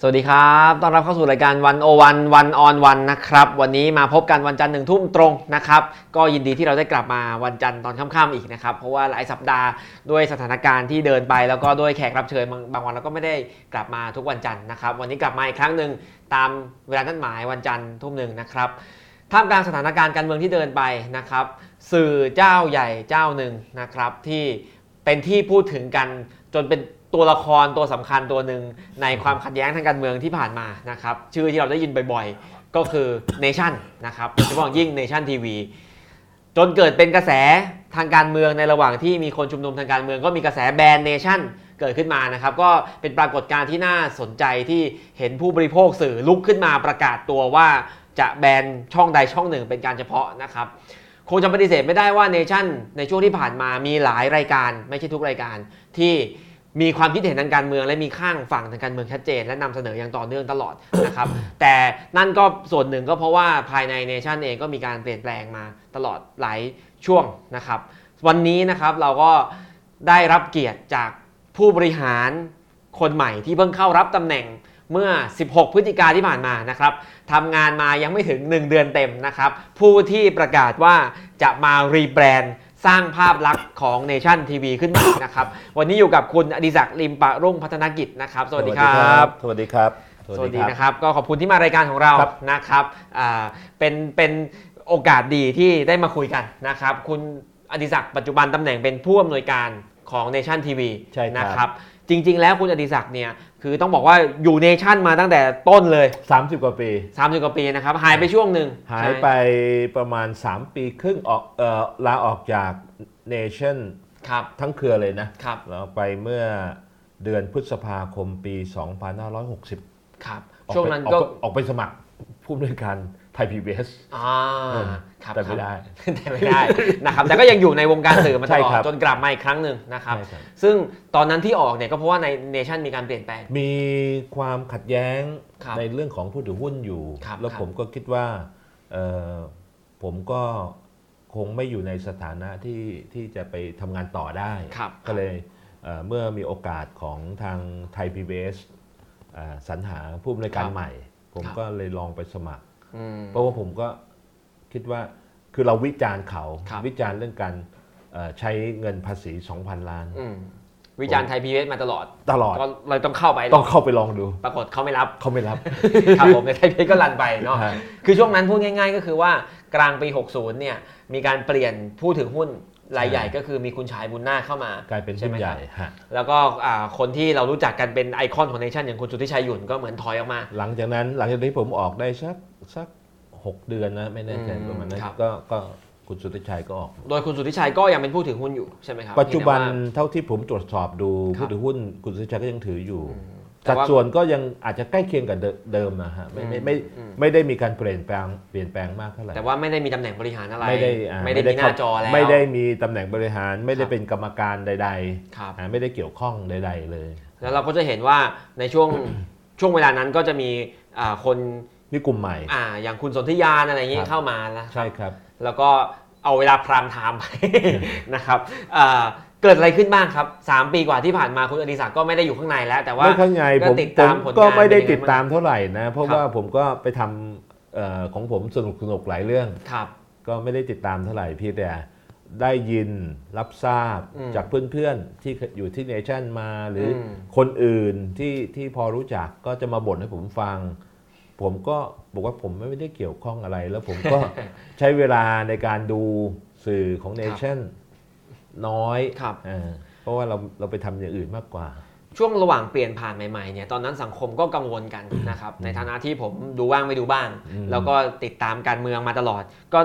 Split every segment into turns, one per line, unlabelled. สวัสดีครับต้อนรับเข้าสู่รายการวันโอวันวันออนวันนะครับ วันนี้มาพบกันวันจันทร์หนึ่งทุ่มตรงนะครับ ก็ยินดีที่เราได้กลับมาวันจันทร์ตอนค่ำๆอีกนะครับ เพราะว่าหลายสัปดาห์ด้วยสถานการณ์ที่เดินไป แล้วก็ด้วยแขกรับเชิญบางบางวันเราก็ไม่ได้กลับมาทุกวันจันทร์นะครับ วันนี้กลับมาอีกครั้งหนึ่งตามเวลานัดหมายวันจันทร์ทุ่มหนึ่งนะครับ ท่ามกลางสถานการณ์การเมืองที่เดินไปนะครับ สื่อเจ้าใหญ่เจ้าหนึ่งนะครับ ที่เป็นที่พูดถึงกันจนเป็นตัวละครตัวสำคัญตัวหนึ่งในความขัดแย้งทางการเมืองที่ผ่านมานะครับ ชื่อที่เราได้ยินบ่อยๆ ก็คือเนชั่นนะครับโดยเฉพาะอย่างยิ่งเนชั่นทีวีจนเกิดเป็นกระแสทางการเมืองในระหว่างที่มีคนชุมนุมทางการเมืองก็มีกระแสแบนเนชั่นเกิดขึ้นมานะครับ ก็เป็นปรากฏการณ์ที่น่าสนใจที่เห็นผู้บริโภคสื่อลุกขึ้นมาประกาศตัวว่าจะแบนช่องใดช่องหนึ่งเป็นการเฉพาะนะครับ คงจะปฏิเสธไม่ได้ว่าเนชั่นในช่วงที่ผ่านมามีหลายรายการ ไม่ใช่ทุกรายการ ที่มีความคิดเห็นทางการเมือง และมีข้างฝั่งทางการเมืองชัดเจน และนำเสนออย่างต่อเนื่องตลอด นะครับ แต่นั่นก็ส่วนหนึ่งก็เพราะว่าภายในเนชั่นเองก็มีการเปลี่ยนแปลงมาตลอดหลายช่วงนะครับ วันนี้นะครับเราก็ได้รับเกียรติจากผู้บริหารคนใหม่ที่เพิ่งเข้ารับตำแหน่งเมื่อ 16 พฤศจิกาที่ผ่านมานะครับ ทำงานมายังไม่ถึง 1 เดือนเต็มนะครับ ผู้ที่ประกาศว่าจะมารีแบรนด์สร้างภาพลักษณ์ของเนชั่นทีวีขึ้นมานะครับ วันนี้อยู่กับคุณอดิศักดิ์ลิมปะรุ่งพัฒนกิจนะครับ สวัสดีครับ
สวัสดีครับ
สวัสดีนะครับ ก็ขอบคุณที่มารายการของเรา
ครับ
นะครับอ่าเป็นเป็นโอกาสดีที่ได้มาคุยกันนะครับ คุณอดิศักดิ์ปัจจุบันตำแหน่งเป็นผู้อำนวยการของเนชั่นทีวี
ใช่ครับ
นะครับ จริง ๆ แล้วคุณอดิศักดิ์เนี่ยคือต้องบอกว่าอยู่เนชั่นมาตั้งแต่ต้นเลย
สามสิบกว่าปี
30กว่าปีนะครับ หายไปช่วงหนึ่ง
หายไปประมาณ 3 ปีครึ่งออกเอ่อลาออกจากเนชั่น
ครับ
ทั้งเครือเลยนะครับ เราไปเมื่อเดือนพฤษภาคมปี 2560
ครับ
ออกไป
ช่วงนั้นก็
ออออกไปสมัครผู้อำนวยการไทยพีบีเอส
อ่า
เออ
ครับ
แต่ไม่
ครับ
ได้
แต่ไม่ได้นะครับแต่ก็ยังอยู่ในวงการสื่อมาต
ใช่
ลอด
ครับ
จนกลับมาอีกครั้งหนึ่งนะครับ ซึ่งตอนนั้นที่ออกเนี่ยก็เพราะว่าในเนชั่นมีการเปลี่ยนแปลง
มีความขัดแย้ง
ครับ
ในเรื่องของผู้ถือหุ้นอยู่
ครับ
แล้ว
ครับ
ผมก็คิดว่าเอ่อผมก็คงไม่อยู่ในสถานะที่ที่จะไปทำงานต่อได้
ครับ
ก็เลยเอ่อเมื่อมีโอกาสของทางไทยพีบีเอสสรรหาผู้บริการใหม่ ผมก็เลยลองไปสมัคร
อืม
เพราะว่าผมก็คิดว่าคือเราวิจารณ์เขา
ครับ
วิจารณ์เรื่องการเอ่อใช้เงินภาษี 2,000 ล้าน
อืมวิจารณ์ไทยพีเอสมาตลอด
ตลอด
ก็เราต้องเข้าไป
ต้องเข้าไปลองดู
ปรากฏเขาไม่รับ
เขาไม่รับ
ครับผมในไทยพีเอสก็รันไปเนาะ
ฮะ
คือช่วงนั้นพูดง่าย ๆ ก็คือว่ากลางปี 60เนี่ยมีการเปลี่ยนผู้ถือหุ้นรายใหญ่ก็คือมีคุณชายบุญนาคเข้ามาก ก
ลายเป็นหุ้นใหญ่ฮะ
แล้วก็อ่าคนที่เรารู้จักกันเป็นไอคอนของเนชั่นอย่างคุณสุทธิชัยหยุ่นก็เหมือนถอยออกมา
หลังจากนั้นหลังจากที่ผมออกได้สักสักหกเดือนนะไม่แน่ใจ
อืม
ประมาณนั้น
ครับ
ก็ก็คุณสุทธิชัยก็ออก
โดยคุณสุทธิชัยก็ยังเป็นผู้ถือหุ้นอยู่ใช่ไหมครับ
ปัจจุบัน
เห็นได้ว่า
เท่าที่ผมตรวจสอบดู
ครับ
ผู้ถือหุ้นคุณสุทธิชัยก็ยังถืออยู่
อืมแต่
สัด
ว่า
ส่วนก็ยังอาจจะใกล้เคียงกับเดิเดิมนะฮะไม่ไม่ไม่
อืม
ไม่ได้มีการเปลี่ยนแปลงเปลี่ยนแปลงมากเท่าไหร่
แต่ว่าไม่ได้มีตำแหน่งบริหารอะไร
ไม่ได้อ่า
ไม่ได้มีหน้า
เข้
จอแล้ว
ไม่ได้มีตำแหน่งบริหารไม่ได้
ครับ
เป็นกรรมการใด
ครับ
ๆอ่าไม่ได้เกี่ยวข้องใด ๆ เลย
แล้วเราก็จะเห็นว่าในช่วง ช่วงเวลานั้นก็จะมีอ่าคน
นี่กลุ่มใหม่
อ่าอย่างคุณสนธิยานอะไรอย่างนี้
ครับ
เข้ามาแล้ว
ใช่ครับ
แล้วก็เอาเวลาพรามไทม์ไป นะครับอ่าเกิดอะไรขึ้นบ้างครับ 3 ปีกว่าที่ผ่านมาคุณอดิศักดิ์ก็ไม่ได้อยู่ข้างในแล้ว แต่ว่า
ไม่ข้างใน
ก็
ผม
ติดตาม
ผม
ผลงาน
ก็ไม่ได้
เป็นยังไง
ติดตามเท่าไหร่นะ เพราะ
ครับ
ว่าผมก็ไปทำเอ่อของผมสนุกสนุกๆหลายเรื่อง
ครับ
ก็ไม่ได้ติดตามเท่าไหร่เพี่แต่ได้ยินรับทราบ
อืม
จากเพื่อนๆ ที่อยู่ที่เนชั่นมาหรืออ
ม
คนอื่นที่ที่พอรู้จักก็จะมาบ่นให้ผมฟัง ผมก็บอกว่าผมไม่ได้เกี่ยวข้องอะไร แล้วผม ก็ ใช้เวลาในการดูสื่อของเนชั่นน้อย
ครับ
อ่าเพราะว่าเราเราไปทำอย่างอื่นมากกว่า
ช่วงระหว่างเปลี่ยนผ่านใหม่ๆเนี่ยตอนนั้นสังคมก็กังวลกันนะครับในฐานะที่ผมดูบ้างไม่ดูบ้าง
อืม
แล้วก็ติดตามการเมืองมาตลอด ก็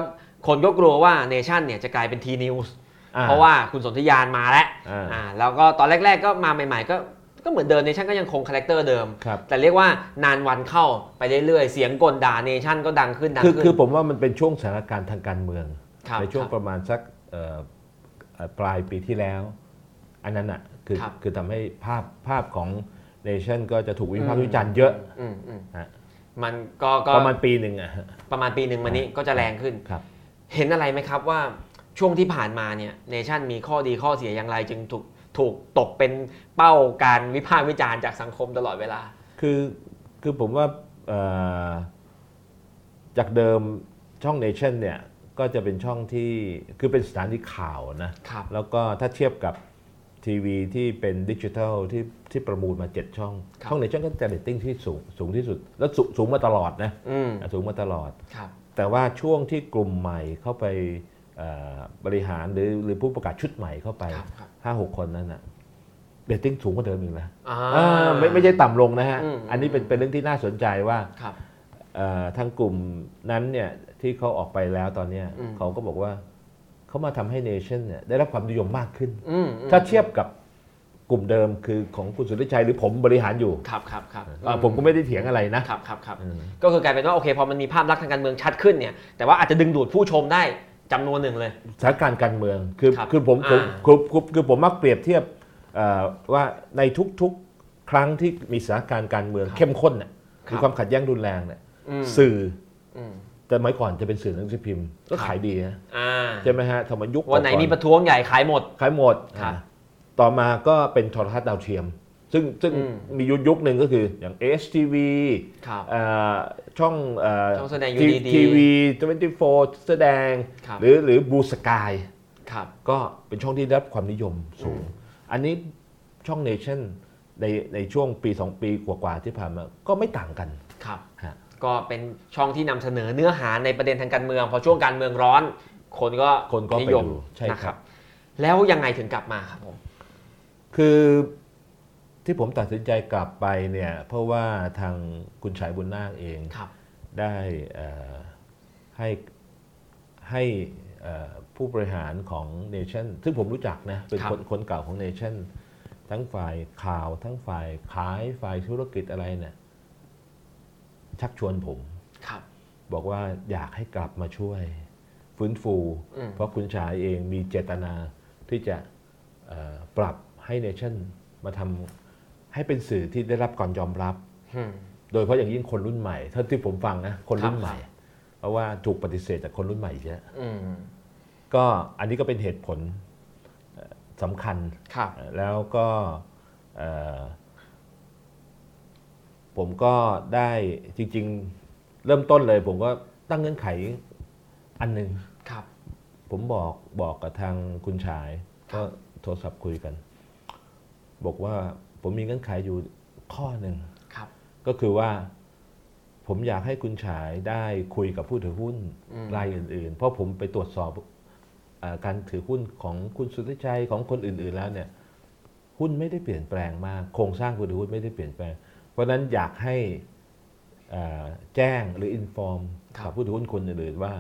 คนก็กลัวว่าเนชั่นเนี่ยจะกลายเป็นทีนิวส์
อ่
เพราะว่าคุณสนธยานมาแล้ว
อ่า
อ่าแล้วก็ตอนแรกๆก็มาใหม่ๆ ก็ก็เหมือนเดิมเนชั่นก็ยังคงคาแรคเตอร์เดิม
ครับ
แต่เรียกว่านานวันเข้าไปเรื่อยๆ เสียงกลด่าเนชั่นก็ดังขึ้นดัง
คือ
ขึ้น
คือผมว่ามันเป็นช่วงสถานการณ์ทางการเมือง
ครับ
ในช่วง
ค
ป
รับ
ระมาณสักเอ่อเอ่อปลายปีที่แล้ว อันนั้นอ่ะคือ
ครับ
คือทำให้ภาพภาพของเนชั่นก็จะถูกวิพากษ์วิจารณ์เยอะ
อืมอืม
ฮะ
มันก็ก็
ประมาณปีหนึ่งอ่ะฮะ
ประมาณปีหนึ่งมานี้ก็จะแรงขึ้น
ครับ
เห็นอะไรไหมครับว่าช่วงที่ผ่านมาเนี่ยเนชั่นมีข้อดีข้อเสียอย่างไรจึงถูกถูกตกเป็นเป้าการวิพากษ์วิจารณ์จากสังคมตลอดเวลา
คือ คือผมว่าเอ่อจากเดิมช่องเนชั่นเนี่ยก็จะเป็นช่องที่คือเป็นสถานีข่าวนะ
ครับ
แล้วก็ถ้าเทียบกับทีวีที่เป็นดิจิทัลที่ที่ประมูลมา 7 ช่อง
ครับ
ช่องเนชั่นก็จะเรตติ้งที่สูงสูงที่สุด แล้วสูงสูงมาตลอดนะ
อืม
สูงมาตลอด
ครับ
แต่ว่าช่วงที่กลุ่มใหม่เข้าไปเอ่อบริหารหรือหรือผู้ประกาศชุดใหม่เข้าไป
ครับครับ
ห้าหกคนนั้นนะเรตติ้งสูงกว่าเดิมอีกแล้ว
อ่า
อ่าไม่ไม่ใช่ต่ำลงนะฮะ
อืม
อันนี้เป็นเป็นเรื่องที่น่าสนใจว่า
ครับ
เอ่อทางกลุ่มนั้นเนี่ยที่เขาออกไปแล้วตอนเนี้ย
อืม
เขาก็บอกว่าเขามาทำให้เนชั่นเนี่ยได้รับความนิยมมากขึ้น
อืมอืม
ถ้าเทียบกับกลุ่มเดิมคือของคุณสุทธิชัยหรือผมบริหารอยู่
ครับครับครับ
อ่าผมก็ไม่ได้เถียงอะไรนะครับ
ครับครับ
อืม
ก็คือกลายเป็นว่าโอเคพอมันมีภาพลักษณ์ทางการเมืองชัดขึ้นเนี่ยแต่ว่าอาจจะดึงดูดผู้ชมได้จำนวนหนึ่งเลย
สถานการณ์การเมืองคือ
ครับ
คือผม
อ่า
ผมคือคือคือผมมักเปรียบเทียบเอ่อว่าในทุกๆ ครั้งที่มีสถานการณ์การเมือง
ครับ
เข้มข้นน่ะ
ครับ
มีความขัดแย้งรุนแรงเนี่ย
อืม
สื่อ
อืม
แต่เมื่อก่อนจะเป็นสื่อหนังสือพิมพ์
ค
ก็
รับ
ขายดีนะ
อ่า
ใช่ไหมฮะธรรมยุค
วันไหน
ก่อ
มีประท้วงใหญ่ขายหมด
ขายหมด
ครับ
อ่าต่อมาก็เป็นโทรทัศน์ดาวเทียม ซึ่งซึ่ง
อืม
มียุคยุคหนึ่งก็คืออย่าง HTV
ครับ
เอ่อช่องเอ่อ
ช่องแสดงอยู่ดีๆ
ทีวี24แสดง
ครับ
หรือหรือบูสกาย
ครับ
ก็เป็นช่องที่ได้รับความนิยมสูง อันนี้ช่องเนชั่นในในช่วงปี 2 ปีกว่าๆที่ผ่านมาก็ไม่ต่างกัน
ครับ
ฮะ
ก็เป็นช่องที่นำเสนอเนื้อหาในประเด็นทางการเมือง พอช่วงการเมืองร้อน คนก็
คนก็
นิ
ไป
ยม
ดูใช่
นะ
ค
ค
รั
รับ บ แล้วยังไงถึงกลับมาครับผม
คือที่ผมตัดสินใจกลับไปเนี่ยเพราะว่าทางคุณชายบุญนาคเอง
ครับ
ได้เอ่อให้ให้เอ่อผู้บริหารของเนชั่นซึ่งผมรู้จักนะเป็นคนคนเก่าของเนชั่นทั้งฝ่ายข่าวทั้งฝ่ายขายฝ่ายธุรกิจอะไรเนี่ยชักชวนผม
ครับ
บอกว่าอยากให้กลับมาช่วย ฟื้นฟู
อืม
เพราะคุณชายเองมีเจตนาที่จะเอ่อปรับให้เนชั่นมาทำให้เป็นสื่อที่ได้รับการยอมรับ
อืม
โดยเฉพาะอย่างยิ่งคนรุ่นใหม่เท่าที่ผมฟังนะคนรุ่
ค
น
รับ
ใหม่ เพราะว่าถูกปฏิเสธจากคนรุ่นใหม่เยอะ
อืม
ก็อันนี้ก็เป็นเหตุผลเอ่อสำคัญ
ครับ
แล้วก็เอ่อผมก็ได้จริง ๆ เริ่มต้นเลย ผมก็ตั้งเงื่อนไขอันหนึ่ง
ครับ
ผมบอกบอกกับทางคุณชาย ก็โทรศัพท์คุยกัน บอกว่าผมมีเงื่อนไขอยู่ข้อหนึ่ง
ครับ
ก็คือว่าผมอยากให้คุณฉายได้คุยกับผู้ถือหุ้น
อืม
รายอื่น ๆ เพราะผมไปตรวจสอบเออการถือหุ้นของคุณสุทธิชัยของคนอื่น ๆ แล้วเนี่ยหุ้นไม่ได้เปลี่ยนแปลงมากโครงสร้างผู้ถือหุ้นไม่ได้เปลี่ยนแปลง เพราะฉะนั้นอยากให้เอ่อแจ้งหรืออินฟอร์มกับผู้ถือหุ้นคนอื่น ๆ ว่า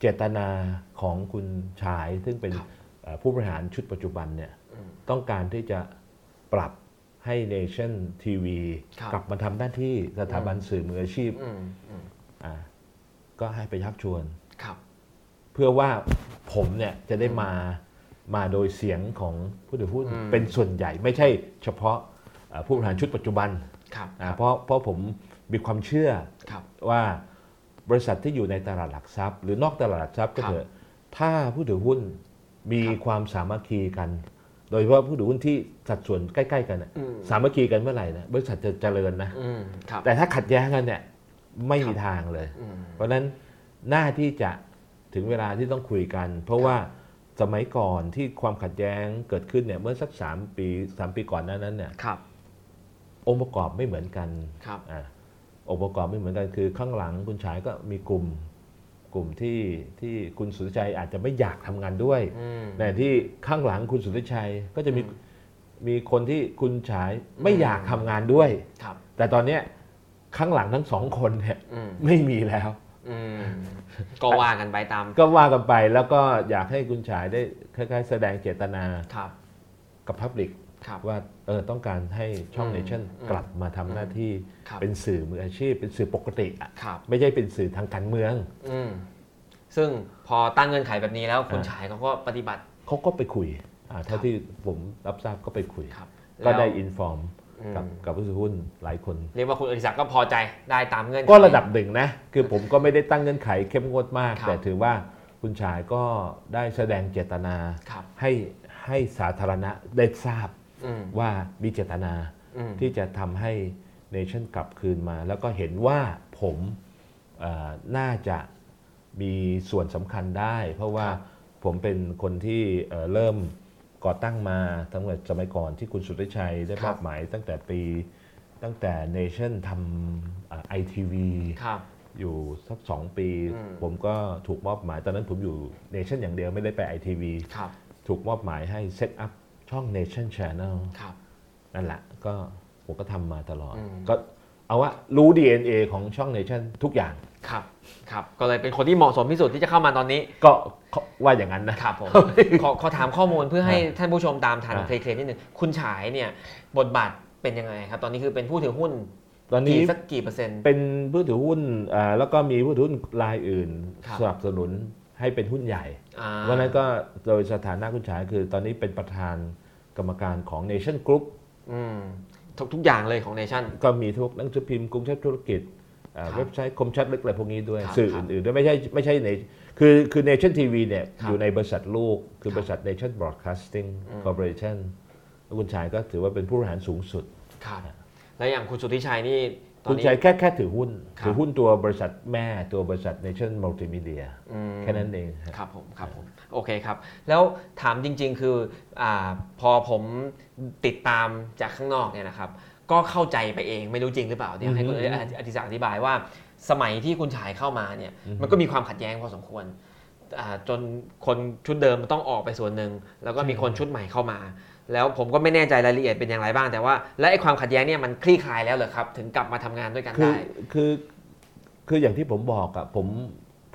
เจตนาของคุณฉายซึ่งเป็นเอ่อผู้บริหารชุดปัจจุบันเนี่ย
อืม
ต้องการที่จะปรับให้ Nation TV
ครับ
กลับมาทำหน้าที่สถาบันสื่อมืออาชีพ
อืมอืม
อ่ะก็ให้ไปชักชวน
ครับ
เพื่อว่าผมเนี่ยจะได้มามาโดยเสียงของผู้ถือหุ้น
อืม
เป็นส่วนใหญ่ไม่ใช่เฉพาะเอ่อผู้บริหารชุดปัจจุบัน
ครับ
อ่ะเพราะเพราะผมมีความเชื่อ
ครับ
ว่าบริษัทที่อยู่ในตลาดหลักทรัพย์ หรือนอกตลาดหลักทรัพย์ก็เถอะถ้าผู้ถือหุ้นมีความสามัคคีกัน โดยเฉพาะผู้ถือหุ้นที่สัดส่วนใกล้ๆกันน่ะ
อืม
สามัคคีกันเมื่อไหร่นะบริษัทจะเจริญนะ
อืมครับ
แต่ถ้าขัดแย้งกันเนี่ยไม่มีทางเลย
อืม
เพราะฉะนั้นหน้าที่จะถึงเวลาที่ต้องคุยกัน เพราะว่าสมัยก่อนที่ความขัดแย้งเกิดขึ้นเนี่ยเมื่อสัก 3 ปี 3 ปีก่อนหน้านั้นเนี่ย
ครับ
องค์ประกอบไม่เหมือนกัน
ครับ
อ่ะองค์ประกอบไม่เหมือนกันคือข้างหลังคุณชายก็มีกลุ่มกลุ่มที่ที่คุณสุทธิชัยอาจจะไม่อยากทำงานด้วย
อืม
แต่ที่ข้างหลังคุณสุทธิชัยก็จะมีมีคนที่คุณฉายไม่อยากทำงานด้วย
ครับ
แต่ตอนเนี้ยข้างหลังทั้งสองคนเนี่ย
อืม
ไม่มีแล้ว
อืมก็ว่ากันไปตาม
ก็ว่ากันไปแล้วก็อยากให้คุณฉายได้คล้ายๆแสดงเจตนา
ครับ
กับพับลิก
ครับ
ว่าเออต้องการให้ช่อง
อืม
เนชั่น
อืม
กลับมาทำหน้าที่
ครับ
เป็นสื่อมืออาชีพ เป็นสื่อปกติอะ
ครับ
ไม่ใช่เป็นสื่อทางการเมือง
อืมซึ่งพอตั้งเงื่อนไขแบบนี้แล้วคุณ
อ่า
ชายเขาก็ปฏิบัติ
เขาก็ไปคุยอ่าเท่า
ครับ
ที่ผมรับทราบก็ไปคุย
ครับ
ก็
แล้ว
ได้อินฟอร์ม
อืม
กับกับผู้ถือหุ้นหลายคน
เรียกว่าคุณอริศักดิ์ก็พอใจได้ตามเงื่อนไข
ก็ระดับหนึ่งนะ คือผมก็ไม่ได้ตั้งเงื่อนไขเข้มงวดมาก
ครับ
แต่ถือว่าคุณชายก็ได้แสดงเจตนา
ครับ
ให้ให้สาธารณะได้ทราบ
อืม
ว่ามีเจตนา
อืม
ที่จะทำให้ เนชั่นกลับคืนมา แล้วก็เห็นว่าผมเอ่อน่าจะมีส่วนสำคัญได้ เพราะว่าผมเป็นคนที่เอ่อเริ่มก่อตั้งมาตั้งแต่สมัยก่อนที่คุณสุทธิชัยได้
ครั
มา
บ
บหมายตั้งแต่ปีตั้งแต่เนชั่นทำไอทีวี
ครับ
อยู่สัก 2 ปี
อืม
ผมก็ถูกมอบหมาย ตอนนั้นผมอยู่เนชั่นอย่างเดียวไม่ได้ไปไอทีวี
ครับ
ถูกมอบหมายให้เซตอัพช่อง Nation Channel
ครับ
นั่นแหละก็ผมก็ทำมาตลอด
อืม
ก็เอาว่ารู้ DNA ของช่อง Nation ทุกอย่าง
ครับ ครับ ก็เลยเป็นคนที่เหมาะสมที่สุดที่จะเข้ามาตอนนี้
ก็ว่าอย่างนั้นนะ
ครับผม ขอขอถามข้อมูลเพื่อให้ท่านผู้ชมตามทัน
อ่ะ
เคลียร์ๆนิดนึง คุณฉายเนี่ยบทบาทเป็นยังไงครับ ตอนนี้คือเป็นผู้ถือหุ้น
ตอนนี้
กี่สักกี่เปอร์เซ็นต์
เป็นผู้ถือหุ้นอ่าแล้วก็มีผู้ถือหุ้นรายอื่น
ครับ
สนับสนุนให้เป็นหุ้นใหญ่
อ่า
วันนั้นก็โดยสถานะคุณชายคือตอนนี้เป็นประธานกรรมการของ Nation Group
อืมทุกทุกอย่างเลยของเนชั่น
ก็มีทุกหนังสือพิมพ์กรุงเทพธุรกิจอ่า
ครับ
เว็บไซต์คมชัดลึกอะไรพวกนี้ด้วย
ครับ
สื่ออื่นๆด้วยไม่ใช่ไม่ใช่ในคือคือเนชั่นทีวีเนี่ย
ครับ
อยู่ในบริษัทลูก คือ
ครับ
บริษัทเนชั่นบรอดคาสติ้ง
อืม
คอร์ปอเรชั่นคุณชายก็ถือว่าเป็นผู้บริหารสูงสุด
ครับ แล้วอย่างคุณสุทธิชัยนี่ตอน
คุณ
นี้
ชายแค่แค่ถือหุ้น
ครับ
ถือหุ้นตัวบริษัทแม่ตัวบริษัทเนชั่นมัลติมีเดีย
อืม
แค่นั้นเองฮะ
ครับผมครับผมโอเคครับ แล้วถามจริงๆคืออาพอผมติดตามจากข้างนอกเนี่ยนะครับ ก็เข้าใจไปเองไม่รู้จริงหรือเปล่าเนี่ยให้คุณ
อื
อ
อฮึ
ธิศักดิ์อธิบายว่า สมัยที่คุณชายเข้ามาเนี่ย
อือฮึ
มันก็มีความขัดแย้งพอสมควรอ่าจนคนชุดเดิมต้องออกไปส่วนหนึ่งแล้วก็มีคนชุดใหม่เข้ามา แล้วผมก็ไม่แน่ใจรายละเอียดเป็นอย่างไรบ้างแต่ว่า และไอ้ความขัดแย้งเนี่ยมันคลี่คลายแล้วเหรอครับ ถึงกลับมาทำงานด้วยกัน
คือ
ได้
คือคืออย่างที่ผมบอกอะผม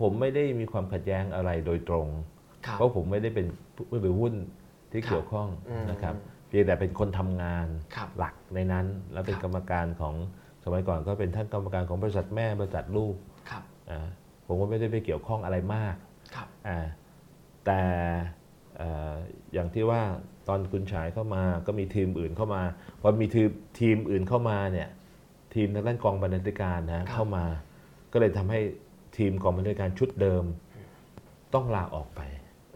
ผมไม่ได้มีความขัดแย้งอะไรโดยตรง
ครับ
เพราะผมไม่ได้เป็นผู้ถือหุ้นที่
ครับ
เกี่ยวข้อง
อืม
นะครับเพียงแต่เป็นคนทำงาน
ครับ
หลักในนั้น แล้วเป็น
ครับ
กรรมการของสมัยก่อนก็เป็นท่านกรรมการของบริษัทแม่บริษัทลูก
ครับ
อ่าผมก็ไม่ได้ไปเกี่ยวข้องอะไรมาก
ครับ
อ่าแต่เอ่ออย่างที่ว่าตอนคุณฉายเข้ามาก็มีทีมอื่นเข้ามาพอมีทีมทีมอื่นเข้ามาเนี่ยทีมทางด้านกองบรรณาธิการนะเข้ามา ก็เลยทำให้ทีมกองบรรณาธิการชุดเดิมต้องลาออกไป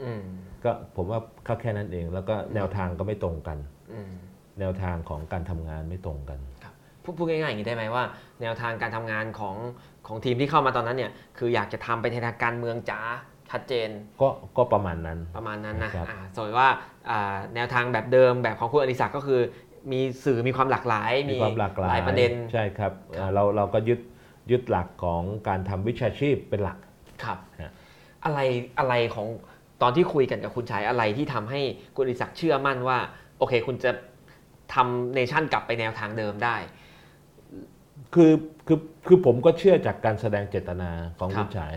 อืม
ก็ผมว่าก็แค่นั้นเอง แล้วก็แนวทางก็ไม่ตรงกัน
อืม
แนวทางของการทำงานไม่ตรงกัน
พูดพูดง่ายๆอย่างนี้ได้ไหมว่า แนวทางการทำงานของของทีมที่เข้ามาตอนนั้นเนี่ยคืออยากจะทำไปในทางการเมืองจ๋าชัดเจน
ก็ก็ประมาณนั้น
ประมาณนั้นนะครับ อ่าส่วนว่าอ่าแนวทางแบบเดิมแบบของคุณอดิศักดิ์ก็คือ มีสื่อมีความหลากหลาย
มีความหลากหลาย
ประเด็น
ใช่ครับ
ครับ
เราเราก็ยึดยึดหลักของการทำวิชาชีพเป็นหลัก
ครับ
ฮะ
อะไรอะไรของตอนที่คุยกันกับคุณชายอะไรที่ทำให้คุณอดิศักดิ์เชื่อมั่นว่าโอเค คุณจะทำเนชั่นกลับไปแนวทางเดิมได้
คือคือคือผมก็เชื่อจากการแสดงเจตนาของ
ครับ
คุณฉาย